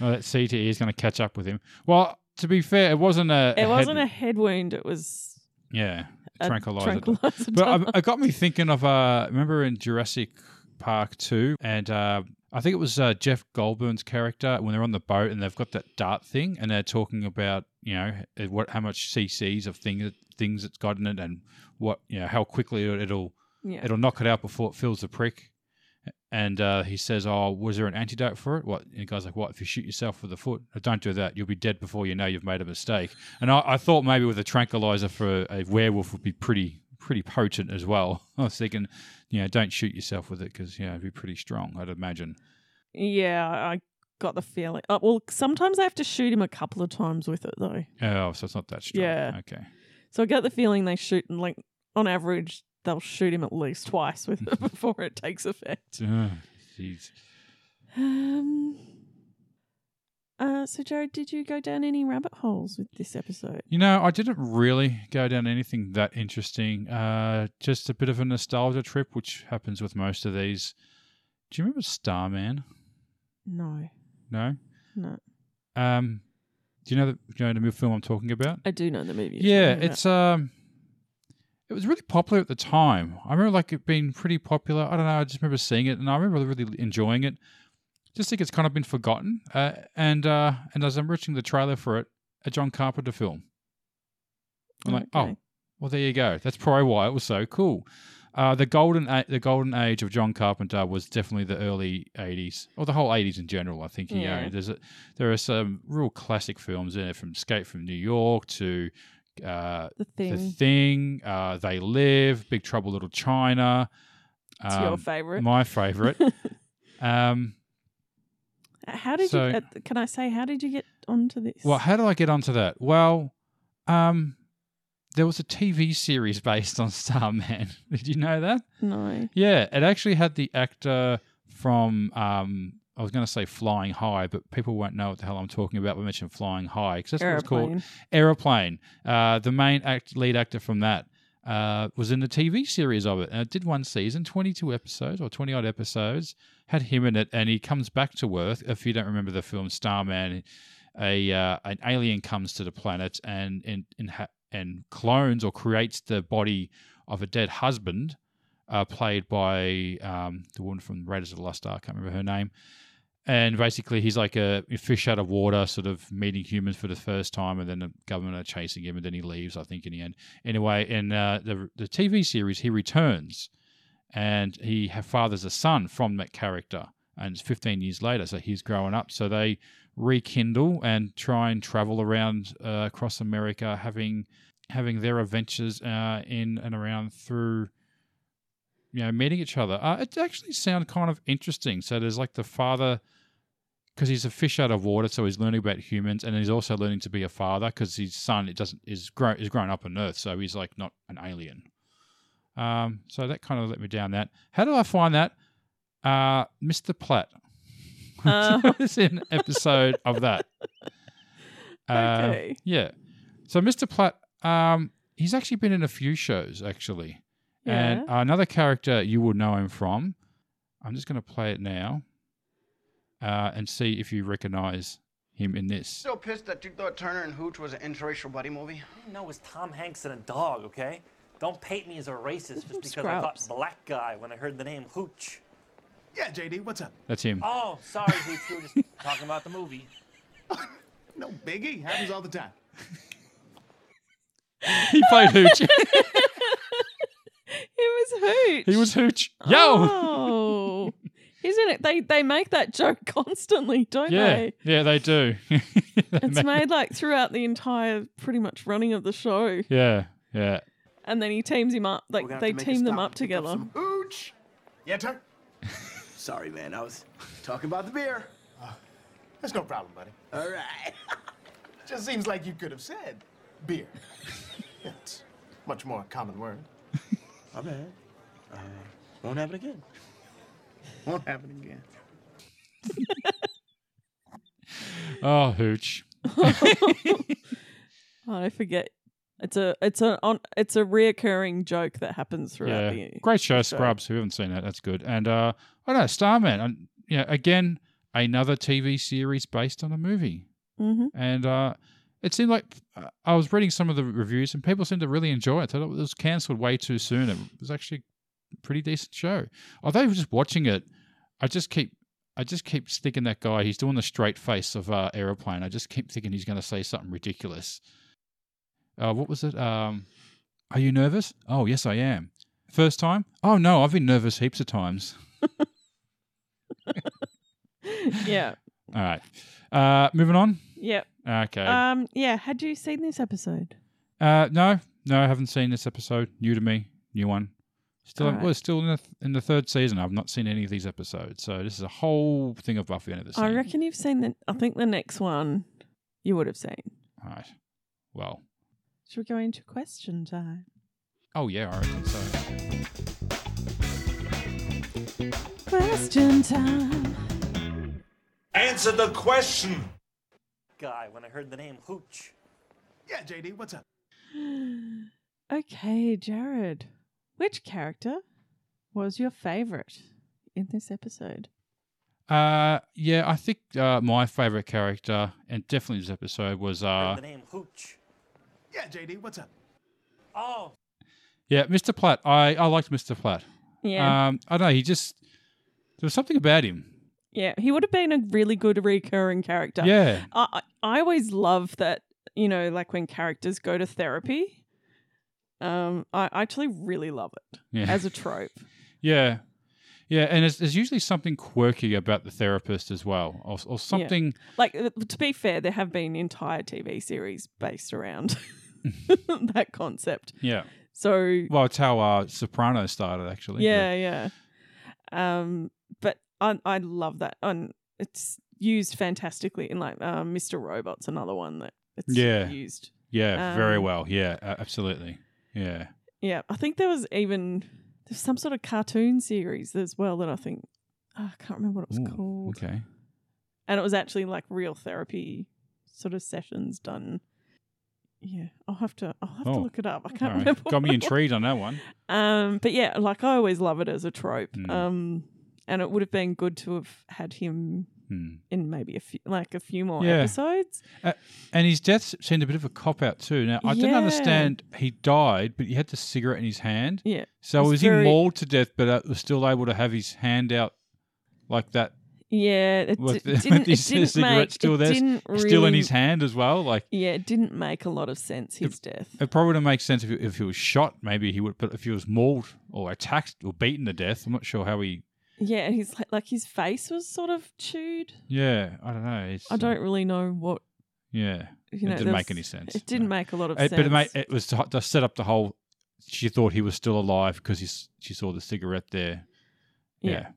S1: Oh, that CTE is going to catch up with him. Well, to be fair, it wasn't a.
S2: It wasn't a head wound; it was
S1: Yeah.
S2: a
S1: Tranquilizer.
S2: (laughs) tranquilizer
S1: But
S2: dart.
S1: I, I got me thinking of uh, remember in Jurassic Park two, and uh, I think it was uh, Jeff Goldblum's character when they're on the boat and they've got that dart thing, and they're talking about you know h- what how much CCs of thing, things it's got in it, and what you know how quickly it- it'll
S2: yeah.
S1: it'll knock it out before it fills the prick. And uh, he says, "Oh, was there an antidote for it?" What? And the guy's like, "What? If you shoot yourself with a foot, "Oh, don't do that. You'll be dead before you know you've made a mistake." And I, I thought maybe with a tranquilizer for a werewolf would be pretty pretty potent as well. (laughs) I was thinking, you know, don't shoot yourself with it because you know it'd be pretty strong. I'd imagine.
S2: yeah, I got the feeling. Oh, well, sometimes I have to shoot him a couple of times with it though.
S1: Oh, so it's not that strong.
S2: Yeah.
S1: Okay.
S2: So I get the feeling they shoot, and like on average, they'll shoot him at least twice
S1: (laughs)
S2: with (laughs) it before it takes effect.
S1: Oh, Jeez.
S2: Um. Uh, so, Jared, did you go down any rabbit holes with this episode?
S1: You know, I didn't really go down anything that interesting. Uh, just a bit of a nostalgia trip, which happens with most of these. Do you remember Starman?
S2: No,
S1: No.
S2: no.
S1: Um, do you know the do you know the film I'm talking about?
S2: I do know the movie. you're
S1: Yeah,
S2: talking about.
S1: it's um, it was really popular at the time. I remember like it being pretty popular. I don't know. I just remember seeing it, and I remember really enjoying it. just think it's kind of been forgotten. Uh, and uh, and as I'm watching the trailer for it, a John Carpenter film. I'm like, oh,
S2: Okay.
S1: well, there you go. That's probably why it was so cool. Uh, the golden a- the golden age of John Carpenter was definitely the early '80s, or the whole '80s in general. I think you
S2: Yeah.
S1: know, there's a, there are some real classic films in it, from Escape from New York to uh,
S2: the thing.
S1: The Thing, uh, They Live, Big Trouble Little China.
S2: it's
S1: um,
S2: your favorite.
S1: my
S2: (laughs)
S1: favorite. um,
S2: how did
S1: so-
S2: you? Uh, can I say? How did you get onto this?
S1: Well, how did I get onto that? Well, um, there was a TV series (laughs) based on Starman. (laughs) Did you know that?
S2: (laughs) No.
S1: Yeah, it actually had the actor from. Um, I was going to say Flying High, but people won't know what the hell I'm talking about. We mentioned Flying High because that's what it's called.
S2: Aeroplane.
S1: Aeroplane. Uh, the main act, lead actor from that uh, was in the TV series of it. And it did one season, 22 episodes or 20 odd episodes. Had him in it, and he comes back to Earth. If you don't remember the film Starman, a uh, an alien comes to the planet and and and, ha- and clones or creates the body of a dead husband, uh, played by um, the woman from Raiders of the Lost Ark. I can't remember her name. And basically, he's like a fish out of water, sort of meeting humans for the first time, and then the government are chasing him, and then he leaves, I think, in the end. Anyway, in uh, the, the TV series, he returns and he ha- fathers a son from that character, and it's 15 years later, so he's growing up. So they rekindle and try and travel around uh, across America, having having their adventures uh, in and around through you know meeting each other uh, it actually sounded kind of interesting so there's like the father because he's a fish out of water so he's learning about humans and he's also learning to be a father because his son it doesn't is grown is grown up on earth so he's like not an alien um, so that kind of let me down that how did i find that uh, mr platt (laughs)
S2: Oh.
S1: it's an episode of that Uh,
S2: (laughs) okay.
S1: yeah. So Mr. Platt, um, he's actually been in a few shows actually,
S2: Yeah.
S1: and another character you will know him from. I'm just going to play it now, uh, and see if you recognize him in this.
S3: So pissed that you thought Turner and Hooch was an interracial buddy movie?
S4: No, was Tom Hanks and a dog, okay? Don't paint me as a racist just because I thought
S2: Scraps.
S4: black guy when I heard the name Hooch.
S5: Yeah, JD, what's up?
S1: That's him.
S4: Oh, sorry, Hooch. We were just (laughs) talking about the movie.
S5: No biggie. Happens all the time.
S1: He played
S2: (laughs)
S1: Hooch.
S2: It was Hooch.
S1: he was Hooch. Yo. (laughs)
S2: Oh. Isn't it? They they make that joke constantly, don't
S1: yeah.
S2: they?
S1: Yeah, they do. (laughs)
S2: (laughs) It's made like throughout the entire pretty much running of the show,
S1: yeah. Yeah.
S2: and then he teams him up. Like
S3: We're gonna
S2: they
S3: have to make a
S2: team them
S3: stop
S2: up
S3: and pick up
S2: together.
S3: some-
S5: Hooch. Yeah, Turner.
S3: Sorry, man, I was talking about the beer.
S5: That's no problem, buddy.
S3: All right.
S5: Just seems like you could have said beer. it's much more a common word.
S3: My bad. Uh, won't happen again. Won't happen again.
S1: Oh, Hooch.
S2: I forget. It's a it's a on it's a reoccurring joke that happens
S1: yeah.
S2: throughout the.
S1: Great show, Scrubs. Who haven't seen that? That's good. And uh, I don't know, Starman. And, yeah, again, another TV series based on a movie.
S2: Mm-hmm.
S1: and uh, it seemed like uh, I was reading some of the reviews, and people seemed to really enjoy it. So it was cancelled way too soon. It was actually a pretty decent show. Although just watching it, I just keep. I just keep thinking that guy, he's doing the straight face of uh, Aeroplane. I just keep thinking he's going to say something ridiculous. Uh, what was it? Um, Are you nervous? Oh, yes, I am. First time? Oh, no, I've been nervous heaps of times.
S2: Yeah.
S1: All right. Uh, moving on.
S2: Yep.
S1: Okay.
S2: Um. Yeah. Had you seen this episode?
S1: Uh, no, no, I haven't seen this episode. New to me, new one. Still,
S2: Alright.
S1: we're still in the, th- in the third season. I've not seen any of these episodes, so this is a whole thing of Buffy I've never seen.
S2: I reckon you've seen the. I think the next one you would have seen.
S1: All right. Well,
S2: Should we go into question time?
S1: oh yeah, I reckon so.
S2: Question time.
S6: Answer the question.
S4: Guy when I heard the name Hooch.
S5: Yeah, JD, what's up?
S2: Okay, Jared. Which character was your favorite in this episode?
S1: Uh, yeah, I think uh, my favorite character, and definitely this episode, was
S4: Heard
S1: uh,
S4: the name Hooch.
S5: Yeah, JD, what's up?
S4: Oh,
S1: yeah, Mr. Platt. I I liked Mr. Platt.
S2: Yeah.
S1: Um, I don't know. He just there was something about him.
S2: Yeah, he would have been a really good recurring character.
S1: Yeah.
S2: I, I I always love that, you know, like when characters go to therapy. Um, I I actually really love it
S1: Yeah.
S2: as a trope.
S1: Yeah. Yeah, and it's, there's usually something quirky about the therapist as well, or, or something.
S2: Like, uh, to be fair, there have been entire TV series based around (laughs) that concept.
S1: Yeah.
S2: So,
S1: Well, it's how uh, Soprano started, actually.
S2: yeah, yeah. Um, but I, I love that. And it's used fantastically in, like, uh, Mr. Robot's another one that it's
S1: Yeah.
S2: used.
S1: Yeah, very
S2: Um,
S1: well. Yeah, a- absolutely. Yeah.
S2: Yeah, I think there was even there's some sort of cartoon series as well that I think ah, I can't remember what it was
S1: Ooh,
S2: called,
S1: Okay.
S2: and it was actually like real therapy sort of sessions done. Yeah, I'll have to I'll have to
S1: Oh,
S2: look it up. I
S1: All
S2: can't remember.
S1: right. Got
S2: what
S1: me
S2: it was.
S1: intrigued on that one.
S2: Um, but yeah, like I always love it as a trope.
S1: Hmm.
S2: Um, and it would have been good to have had him
S1: Hmm.
S2: in maybe a few like a few more
S1: Yeah.
S2: episodes.
S1: Uh, And his death seemed a bit of a cop out too. Now I didn't
S2: Yeah.
S1: understand he died, but he had the cigarette in his hand.
S2: Yeah,
S1: So
S2: It's
S1: was
S2: very-
S1: he mauled to death, but uh, was still able to have his hand out like that,
S2: yeah.
S1: (laughs)
S2: It,
S1: With
S2: d-
S1: the-
S2: didn't,
S1: with
S2: it
S1: his
S2: didn't
S1: cigarette
S2: make
S1: still
S2: it
S1: there,
S2: didn't really
S1: still in his hand as well. Like
S2: Yeah, it didn't make a lot of sense, his death.
S1: it probably wouldn't make sense if he, if he was shot. Maybe he would, but if he was mauled or attacked or beaten to death, I'm not sure how he.
S2: yeah, and he's like, like his face was sort of chewed.
S1: Yeah, I don't know. It's, um,
S2: I don't really know what,
S1: Yeah,
S2: you know.
S1: it didn't
S2: there
S1: make
S2: was-
S1: any sense.
S2: It didn't
S1: No.
S2: make a lot of
S1: It-
S2: sense.
S1: but it, made, it was to, to set up the whole. She thought he was still alive because he, s- she saw the cigarette there. Yeah.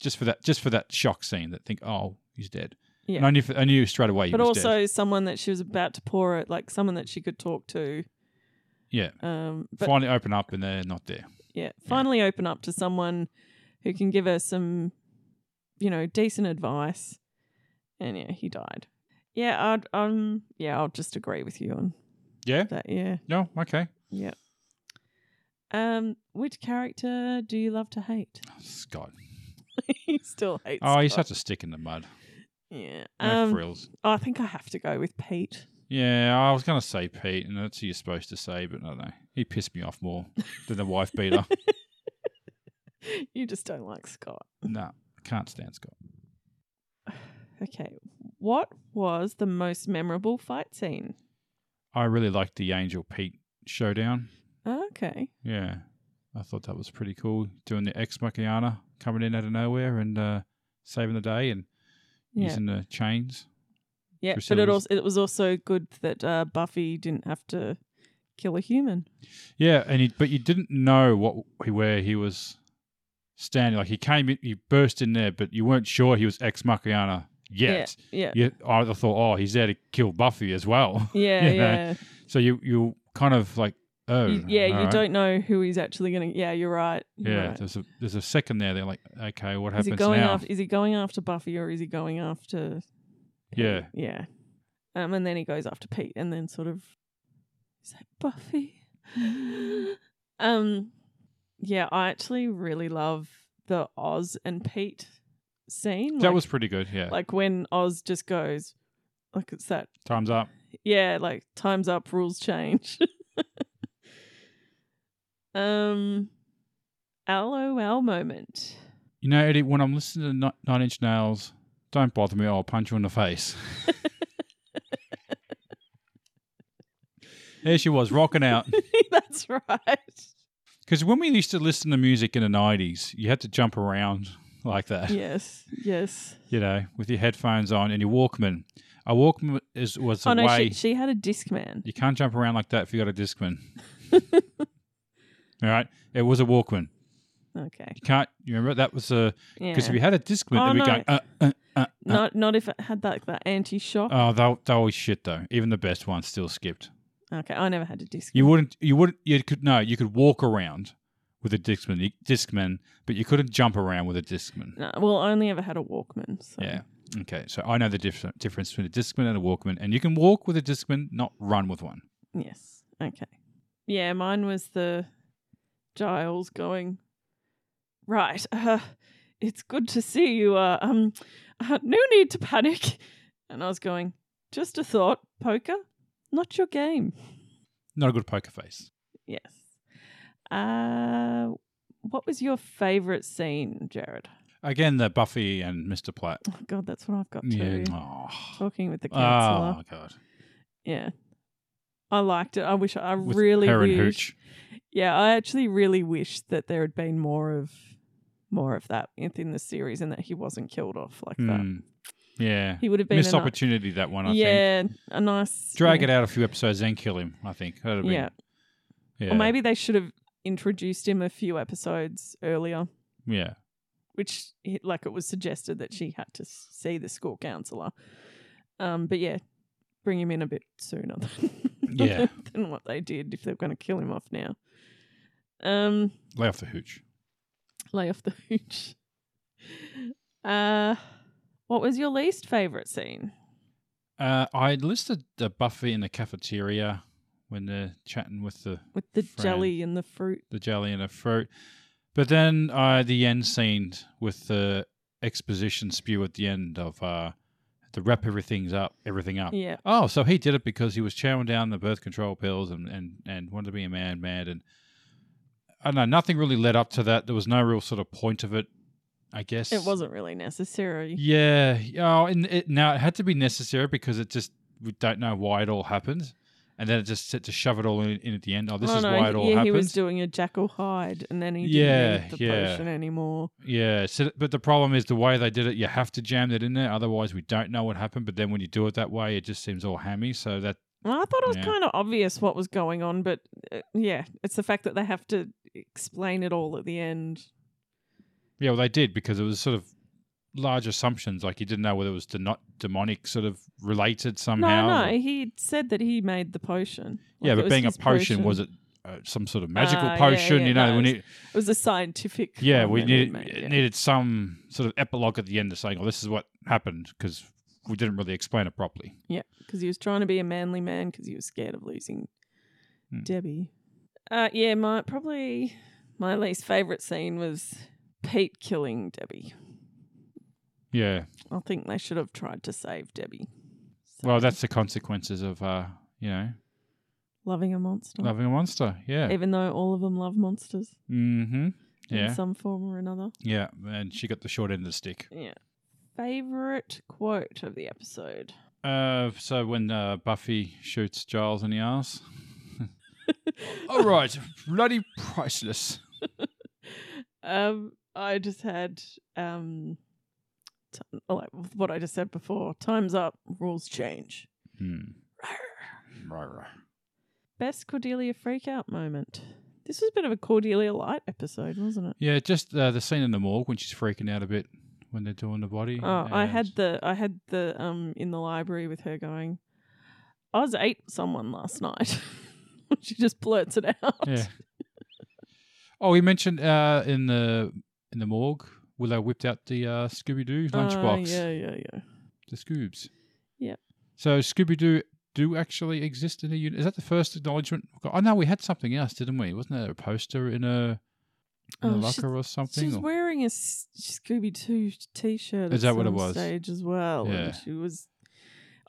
S1: Just for that, just for that shock scene. That think, oh, he's dead.
S2: Yeah.
S1: And I knew, I knew straight away. He
S2: But
S1: was
S2: also
S1: dead.
S2: someone that she was about to pour it, like someone that she could talk to.
S1: yeah.
S2: Um, but
S1: Finally, open up, and they're not there.
S2: yeah, finally open up to someone who can give her some, you know, decent advice. And yeah, he died. Yeah, I'd, um, yeah, I'll just agree with you on
S1: Yeah.
S2: that. Yeah,
S1: No. Okay.
S2: yeah. Um, which character do you love to hate? (laughs)
S1: Scott.
S2: he still hates.
S1: Oh, he's
S2: Scott.
S1: such a stick in the mud.
S2: yeah.
S1: No
S2: Um,
S1: frills.
S2: I think I have to go with Pete. (laughs)
S1: Yeah, I was gonna say Pete, and that's who you're supposed to say, but I don't know. He pissed me off more than the wife
S2: (laughs)
S1: beater.
S2: you just don't like Scott.
S1: nah, can't stand Scott.
S2: Okay, what was the most memorable fight scene?
S1: I really liked the Angel Pete showdown.
S2: Okay,
S1: Yeah, I thought that was pretty cool. Doing the ex Machiana coming in out of nowhere and uh, saving the day and
S2: yeah,
S1: using the chains.
S2: yeah. But
S1: Priscilla's-
S2: it also it was also good that uh, Buffy didn't have to kill a human.
S1: Yeah, and he, but you didn't know what where he was standing. Like he came in, he burst in there, but you weren't sure he was ex Machiana yet.
S2: Yeah,
S1: Yeah, I thought, oh, he's there to kill Buffy as well. (laughs)
S2: yeah, yeah,
S1: You know,
S2: yeah.
S1: So you you kind of like oh
S2: You, yeah, you
S1: alright.
S2: don't know who he's actually gonna. Yeah, you're right. you're
S1: yeah.
S2: right.
S1: There's a there's a second there. They're like okay, what
S2: Is
S1: happens
S2: he going
S1: now?
S2: after? Is he going after Buffy or is he going after? Pete? (laughs)
S1: Yeah.
S2: yeah. Um, and then he goes after Pete, and then sort of, is that Buffy? Mm. (laughs) um, yeah, I actually really love the Oz and Pete scene.
S1: that
S2: like-
S1: was pretty good. Yeah,
S2: like when Oz just goes, like it's that,
S1: time's up.
S2: yeah, like times up, rules change. (laughs) um, lol moment. (laughs)
S1: You know, Eddie, when I'm listening to Ni- Nine Inch Nails, don't bother me. I'll punch you in the
S2: (laughs)
S1: face. there she was rocking out.
S2: That's right.
S1: Because when we used to listen to music in the '90s, you had to jump around like that.
S2: Yes, yes.
S1: You know, with your headphones on and your Walkman. A Walkman is was
S2: oh
S1: a
S2: no,
S1: way
S2: she, she had a disc man.
S1: You can't jump around like that if you got a
S2: (laughs)
S1: discman. All right, it was a Walkman.
S2: Okay,
S1: You can't. You remember that was a
S2: yeah.
S1: because if you had a discman,
S2: Oh,
S1: they'd be
S2: no.
S1: going. Uh, uh, uh.
S2: not not if it had that that anti shock.
S1: Oh, they they always shit though. Even the best ones still skipped.
S2: okay, I never had a disc.
S1: Oh. You wouldn't. You wouldn't. You could no. You could walk around with a discman. you- Discman, but you couldn't jump around with a discman.
S2: No, well, I only ever had a Walkman. So.
S1: Yeah. Okay. So I know the diff- difference between a discman and a Walkman, and you can walk with a discman, not run with one.
S2: Yes. Okay. Yeah, mine was the Giles going. Right. (laughs) Uh, it's good to see you. Uh, um, uh, no need to panic. (laughs) And I was going. Just a thought. Poker, not your game. (laughs)
S1: Not a good poker face.
S2: Yes. Uh, what was your favorite scene, Jared? (laughs)
S1: Again, the Buffy and Mr. Platt.
S2: Oh, God, that's what I've got
S1: Yeah.
S2: too.
S1: Oh,
S2: Talking with the counselor.
S1: oh God.
S2: Yeah. I liked it. I wish I
S1: With
S2: really
S1: her and
S2: wish.
S1: Hooch.
S2: Yeah, I actually really wish that there had been more of more of that within the series and that he wasn't killed off like that.
S1: Hmm. Yeah.
S2: He would have been
S1: Missed
S2: a ni-
S1: opportunity, that one, I think.
S2: yeah, a nice
S1: Drag
S2: yeah.
S1: it out a few episodes, then kill him, I think. That'd have been,
S2: Yeah.
S1: yeah.
S2: Or maybe they should have introduced him a few episodes earlier,
S1: Yeah.
S2: which he- like it was suggested that she had to s- see the school counselor. Um, but yeah, bring him in a bit sooner (laughs) than,
S1: Yeah.
S2: than what they did if they're going to kill him off now. Um,
S1: Lay off the hooch.
S2: lay off the hooch. Uh, what was your least favorite scene?
S1: Uh, I listed the Buffy in the cafeteria when they're chatting with the,
S2: With the
S1: Fran.
S2: jelly and the fruit.
S1: the jelly and the fruit. But then uh, the end scene with the exposition spew at the end of uh, to wrap everything's up, everything up.
S2: Yeah.
S1: Oh, so he did it because he was chowing down the birth control pills and, and, and wanted to be a man, man. And I don't know, nothing really led up to that. There was no real sort of point of it, I guess.
S2: It wasn't really necessary.
S1: Yeah. Oh, and it, now it had to be necessary because it just, we don't know why it all happened. And then it just said to shove it all in, in at the end. Oh, this
S2: Oh,
S1: is
S2: no,
S1: why it all
S2: yeah,
S1: happened.
S2: he was doing a jackal hide and then he didn't
S1: Yeah,
S2: need the
S1: yeah.
S2: potion anymore.
S1: Yeah, so, but the problem is the way they did it. You have to jam that in there, otherwise we don't know what happened. But then when you do it that way, it just seems all hammy. So that
S2: Well, I thought it was
S1: Yeah.
S2: kind of obvious what was going on, but uh, yeah, it's the fact that they have to explain it all at the end.
S1: yeah, well they did because it was sort of large assumptions. Like you didn't know whether it was de- not demonic, sort of related somehow.
S2: No, no, he said that he made the potion.
S1: yeah,
S2: Like, it
S1: but
S2: was
S1: being a
S2: his
S1: potion, was it? Uh, some sort of magical
S2: Ah, yeah,
S1: potion,
S2: yeah,
S1: you know.
S2: no,
S1: we
S2: it's-
S1: need,
S2: It was a scientific.
S1: yeah,
S2: one
S1: we
S2: that he
S1: needed
S2: made, yeah.
S1: needed some sort of epilogue at the end of saying, "Oh, this is what happened," because we didn't really explain it properly.
S2: Yeah, because he was trying to be a manly man because he was scared of losing
S1: Hmm.
S2: Debbie. Uh, yeah, my probably my least favorite scene was Pete killing Debbie.
S1: Yeah,
S2: I think they should have tried to save Debbie. So,
S1: well, that's the consequences of uh, you know
S2: loving a monster,
S1: loving a monster. Yeah,
S2: even though all of them love monsters
S1: Mm-hmm. Yeah.
S2: in some form or another.
S1: yeah. And she got the short end of the stick.
S2: Yeah. Favorite quote of the episode.
S1: Uh, so when uh, Buffy shoots Giles in the
S2: (laughs)
S1: ass. All right, bloody priceless.
S2: Um, I just had um, t- like what I just said before. Times up, rules change.
S1: Hmm. Rah, rah.
S2: Best Cordelia freakout moment. This was a bit of a Cordelia light episode, wasn't it?
S1: Yeah, just uh, the scene in the morgue when she's freaking out a bit when they're doing the body.
S2: Oh, I
S1: and-
S2: had the I had the um in the library with her going. I was ate someone last night. (laughs) she just blurts it out.
S1: Yeah. Oh, we mentioned uh, in the in the morgue, Willow whipped out the uh, Scooby Doo
S2: Ah,
S1: lunchbox,
S2: yeah, yeah, yeah.
S1: the Scoobs.
S2: Yep.
S1: So Scooby Doo do actually exist in a unit. Is that the first acknowledgement? we've got? Oh no, we had something else, didn't we? Wasn't there a poster in a in a
S2: Oh, she's-
S1: locker or something?
S2: She's
S1: or-
S2: wearing a Scooby Doo t-shirt.
S1: Is
S2: at
S1: that what it
S2: some
S1: was?
S2: Stage as well.
S1: Yeah.
S2: And she was.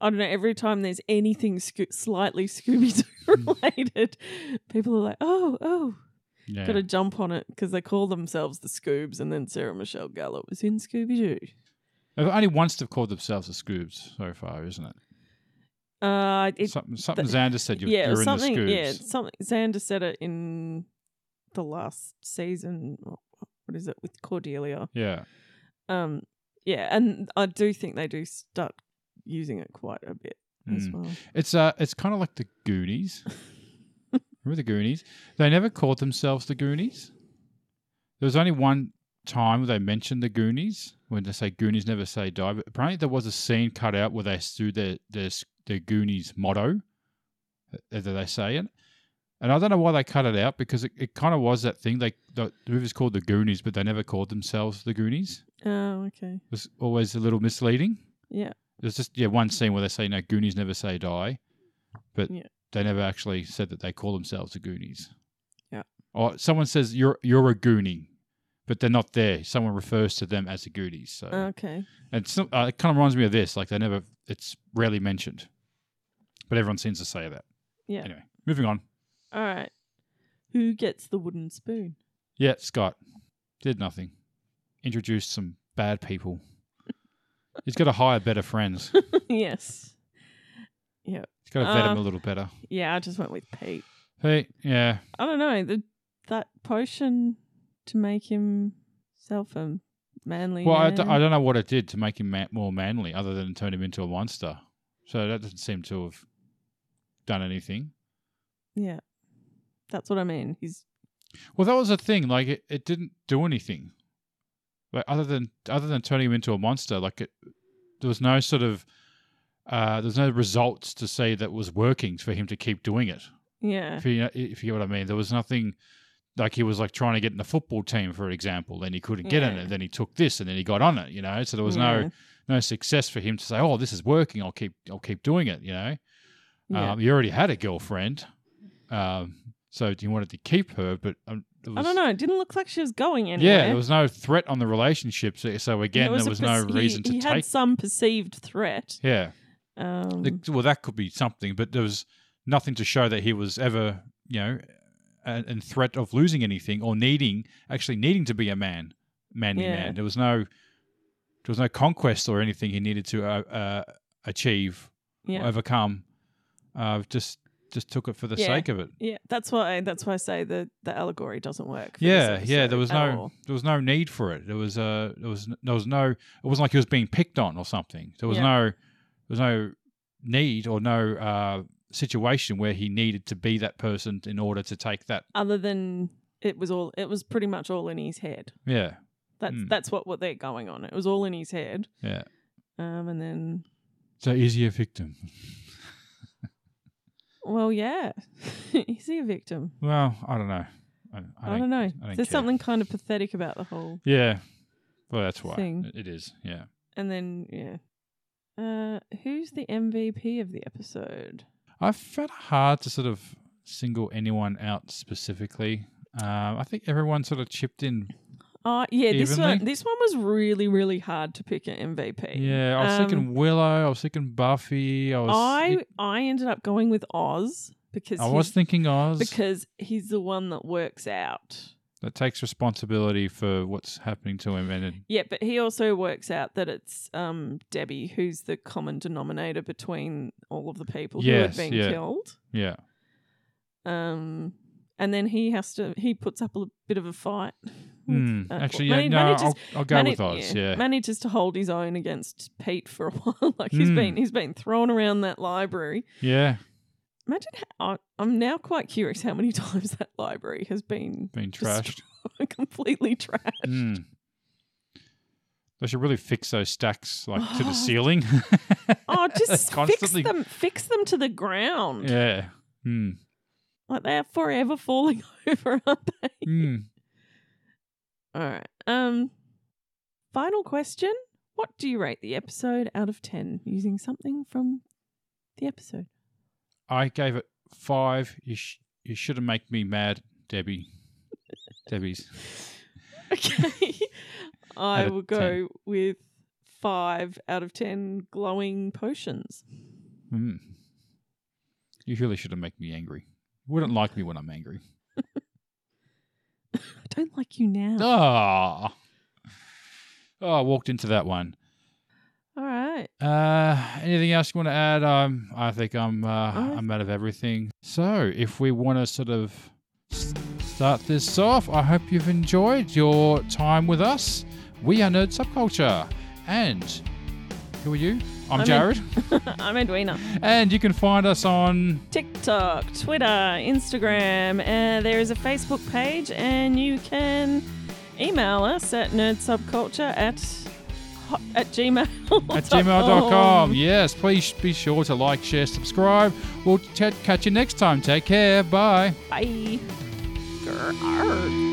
S2: I don't know. Every time there's anything sco- slightly Scooby (laughs) Doo related, people are like, "Oh, oh,
S1: yeah.
S2: got to jump on it" because they call themselves the Scoobs, and then Sarah Michelle Gellar was in Scooby Doo.
S1: They've Only once they've called themselves the Scoobs so far, isn't it?
S2: Uh, it,
S1: something something Xander said. You're,
S2: yeah,
S1: you're in the
S2: something.
S1: Scoobs.
S2: yeah, something. Xander said it in the last season. What is it with Cordelia?
S1: Yeah.
S2: Um, yeah, and I do think they do start using it quite a bit as
S1: Mm.
S2: well.
S1: It's uh, it's kind of like the Goonies. Remember the Goonies? They never called themselves the Goonies. There was only one time they mentioned the Goonies when they say Goonies never say die. But apparently there was a scene cut out where they threw their their s- their Goonies motto, uh, as they say it. And I don't know why they cut it out because it, it kind of was that thing. They the, the movie's called the Goonies, but they never called themselves the Goonies.
S2: Oh, okay.
S1: It was always a little misleading.
S2: Yeah,
S1: There's just yeah one scene where they say no Goonies never say die, but
S2: Yeah.
S1: they never actually said that they call themselves the Goonies.
S2: Yeah.
S1: Or someone says you're you're a Goonie, but they're not there. Someone refers to them as the Goonies. So
S2: Oh, okay.
S1: and it's not- uh, it kind of reminds me of this. Like they never it's rarely mentioned, but everyone seems to say that.
S2: Yeah.
S1: Anyway, moving on.
S2: All right. Who gets the wooden spoon? (laughs)
S1: Yeah, Scott did nothing. Introduced some Bad
S2: (laughs)
S1: people. He's got to hire better friends.
S2: yes. Yeah.
S1: He's got to vet him a
S2: Uh,
S1: little better.
S2: Yeah, I just went with Pete.
S1: Hey, yeah.
S2: I don't know. The, that potion to make himself a manly
S1: Well, I
S2: man.
S1: d- I don't know what it did to make him ma- more manly other than turn him into a monster. So that doesn't seem to have done anything.
S2: Yeah. That's what I mean. He's
S1: Well, that was the thing. Like, it, it didn't do anything. Like, other than other than turning him into a monster, like it, there was no sort of uh, there's no results to say that was working for him to keep doing it.
S2: yeah.
S1: If you, if you get what I mean, there was nothing like he was like trying to get in the football team, for example, and he couldn't get in
S2: Yeah.
S1: it. Then he took this, and then he got on it. You know, so there was
S2: Yeah.
S1: no no success for him to say, "Oh, this is working. I'll keep I'll keep doing it." You know,
S2: Yeah.
S1: um, he already had a girlfriend, um, so he wanted to keep her, but um, it
S2: I
S1: was-
S2: don't know. It didn't look like she was going anywhere.
S1: Yeah, there was no threat on the relationship. So, so
S2: And
S1: again, there was,
S2: a
S1: no
S2: perce-
S1: reason
S2: he, he
S1: to
S2: had
S1: take.
S2: some perceived threat.
S1: Yeah.
S2: Um,
S1: Like, well, that could be something, but there was nothing to show that he was ever, you know, a- in threat of losing anything or needing, actually needing to be a man, manly
S2: Yeah.
S1: man. There was no, there was no conquest or anything he needed to uh, uh, achieve,
S2: yeah.
S1: or overcome. Uh, just, just took it for the
S2: Yeah.
S1: sake of it.
S2: Yeah, that's why that's why I say the the allegory doesn't work. for this
S1: Yeah, yeah.
S2: episode
S1: There was
S2: at
S1: no,
S2: all.
S1: there was no need for it. There was, uh, there was, n- there was no. It wasn't like he was being picked on or something. There was
S2: Yeah.
S1: no, there was no need or no uh, situation where he needed to be that person in order to take that.
S2: other than it was all it was pretty much all in his head.
S1: Yeah,
S2: That's
S1: Hmm.
S2: that's what what they're going on. It was all in his head.
S1: yeah.
S2: Um, and then
S1: So is he a victim?
S2: well, yeah, (laughs) is he a victim?
S1: Well, I don't know. I,
S2: I, don't, know.
S1: don't
S2: There's
S1: care.
S2: something kind of pathetic about the whole.
S1: Yeah. Well, that's why
S2: Thing.
S1: It- it is. Yeah.
S2: And then yeah, uh, who's the MVP of the episode?
S1: I found it hard to sort of single anyone out specifically. Um, I think everyone sort of chipped in
S2: Uh, yeah, this one
S1: Evenly?
S2: this one was really really hard to pick an MVP.
S1: Yeah, I was
S2: Um,
S1: thinking Willow. I was thinking Buffy. I was.
S2: I I ended up going with Oz because
S1: I was
S2: he's-
S1: thinking Oz.
S2: because he's the one that works out.
S1: that takes responsibility for what's happening to him, and it,
S2: Yeah, but he also works out that it's um, Debbie who's the common denominator between all of the people
S1: Yes,
S2: who have been
S1: yeah.
S2: killed.
S1: yeah,
S2: Um, and then he has to he puts up a bit of a fight. (laughs) with,
S1: Hmm.
S2: uh,
S1: actually,
S2: well,
S1: yeah,
S2: he
S1: no,
S2: manages-
S1: I'll, I'll go
S2: mana-
S1: with Oz. Yeah,
S2: manages to hold his own against Pete for a (laughs) while. like he's
S1: Hmm.
S2: been he's been thrown around that library.
S1: yeah,
S2: Imagine how, I'm now quite curious how many (laughs) times that library has been
S1: being
S2: Just- (laughs)
S1: trashed. (laughs)
S2: completely trashed.
S1: Mm. They should really fix those stacks like to
S2: Oh.
S1: the ceiling. (laughs)
S2: Oh,
S1: That's
S2: just fix
S1: constantly-
S2: them, fix them to the ground.
S1: yeah. Mm.
S2: Like they are forever falling (laughs) over, aren't they? (laughs)
S1: Mm.
S2: All right. Um, final question: What do you rate the episode out of ten using something from the episode?
S1: I gave it five. You sh- you shouldn't make me mad, Debbie. Debbie's.
S2: Okay, (laughs) I
S1: Out of
S2: will go with five out of ten glowing potions.
S1: Mm. You really shouldn't make me angry. Wouldn't like me when I'm angry.
S2: I don't like you now.
S1: Oh. Oh, I walked into that one.
S2: All right.
S1: Uh, anything else you want to add? Um, I think I'm uh,
S2: Alright.
S1: I'm out of everything. So, if we want to sort of s- start this off, I hope you've enjoyed your time with us. We are Nerd Subculture, and who are you? I'm,
S2: I'm Ed-
S1: Jared,
S2: I'm Edwina.
S1: and you can find us on
S2: TikTok, Twitter, Instagram. Uh, there is a Facebook page, and you can email us at nerdsubculture at hot- at gmail
S1: at gmail.com. Yes, please be sure to like, share, subscribe. We'll t- catch you next time. Take care. Bye.
S2: Bye. Grr.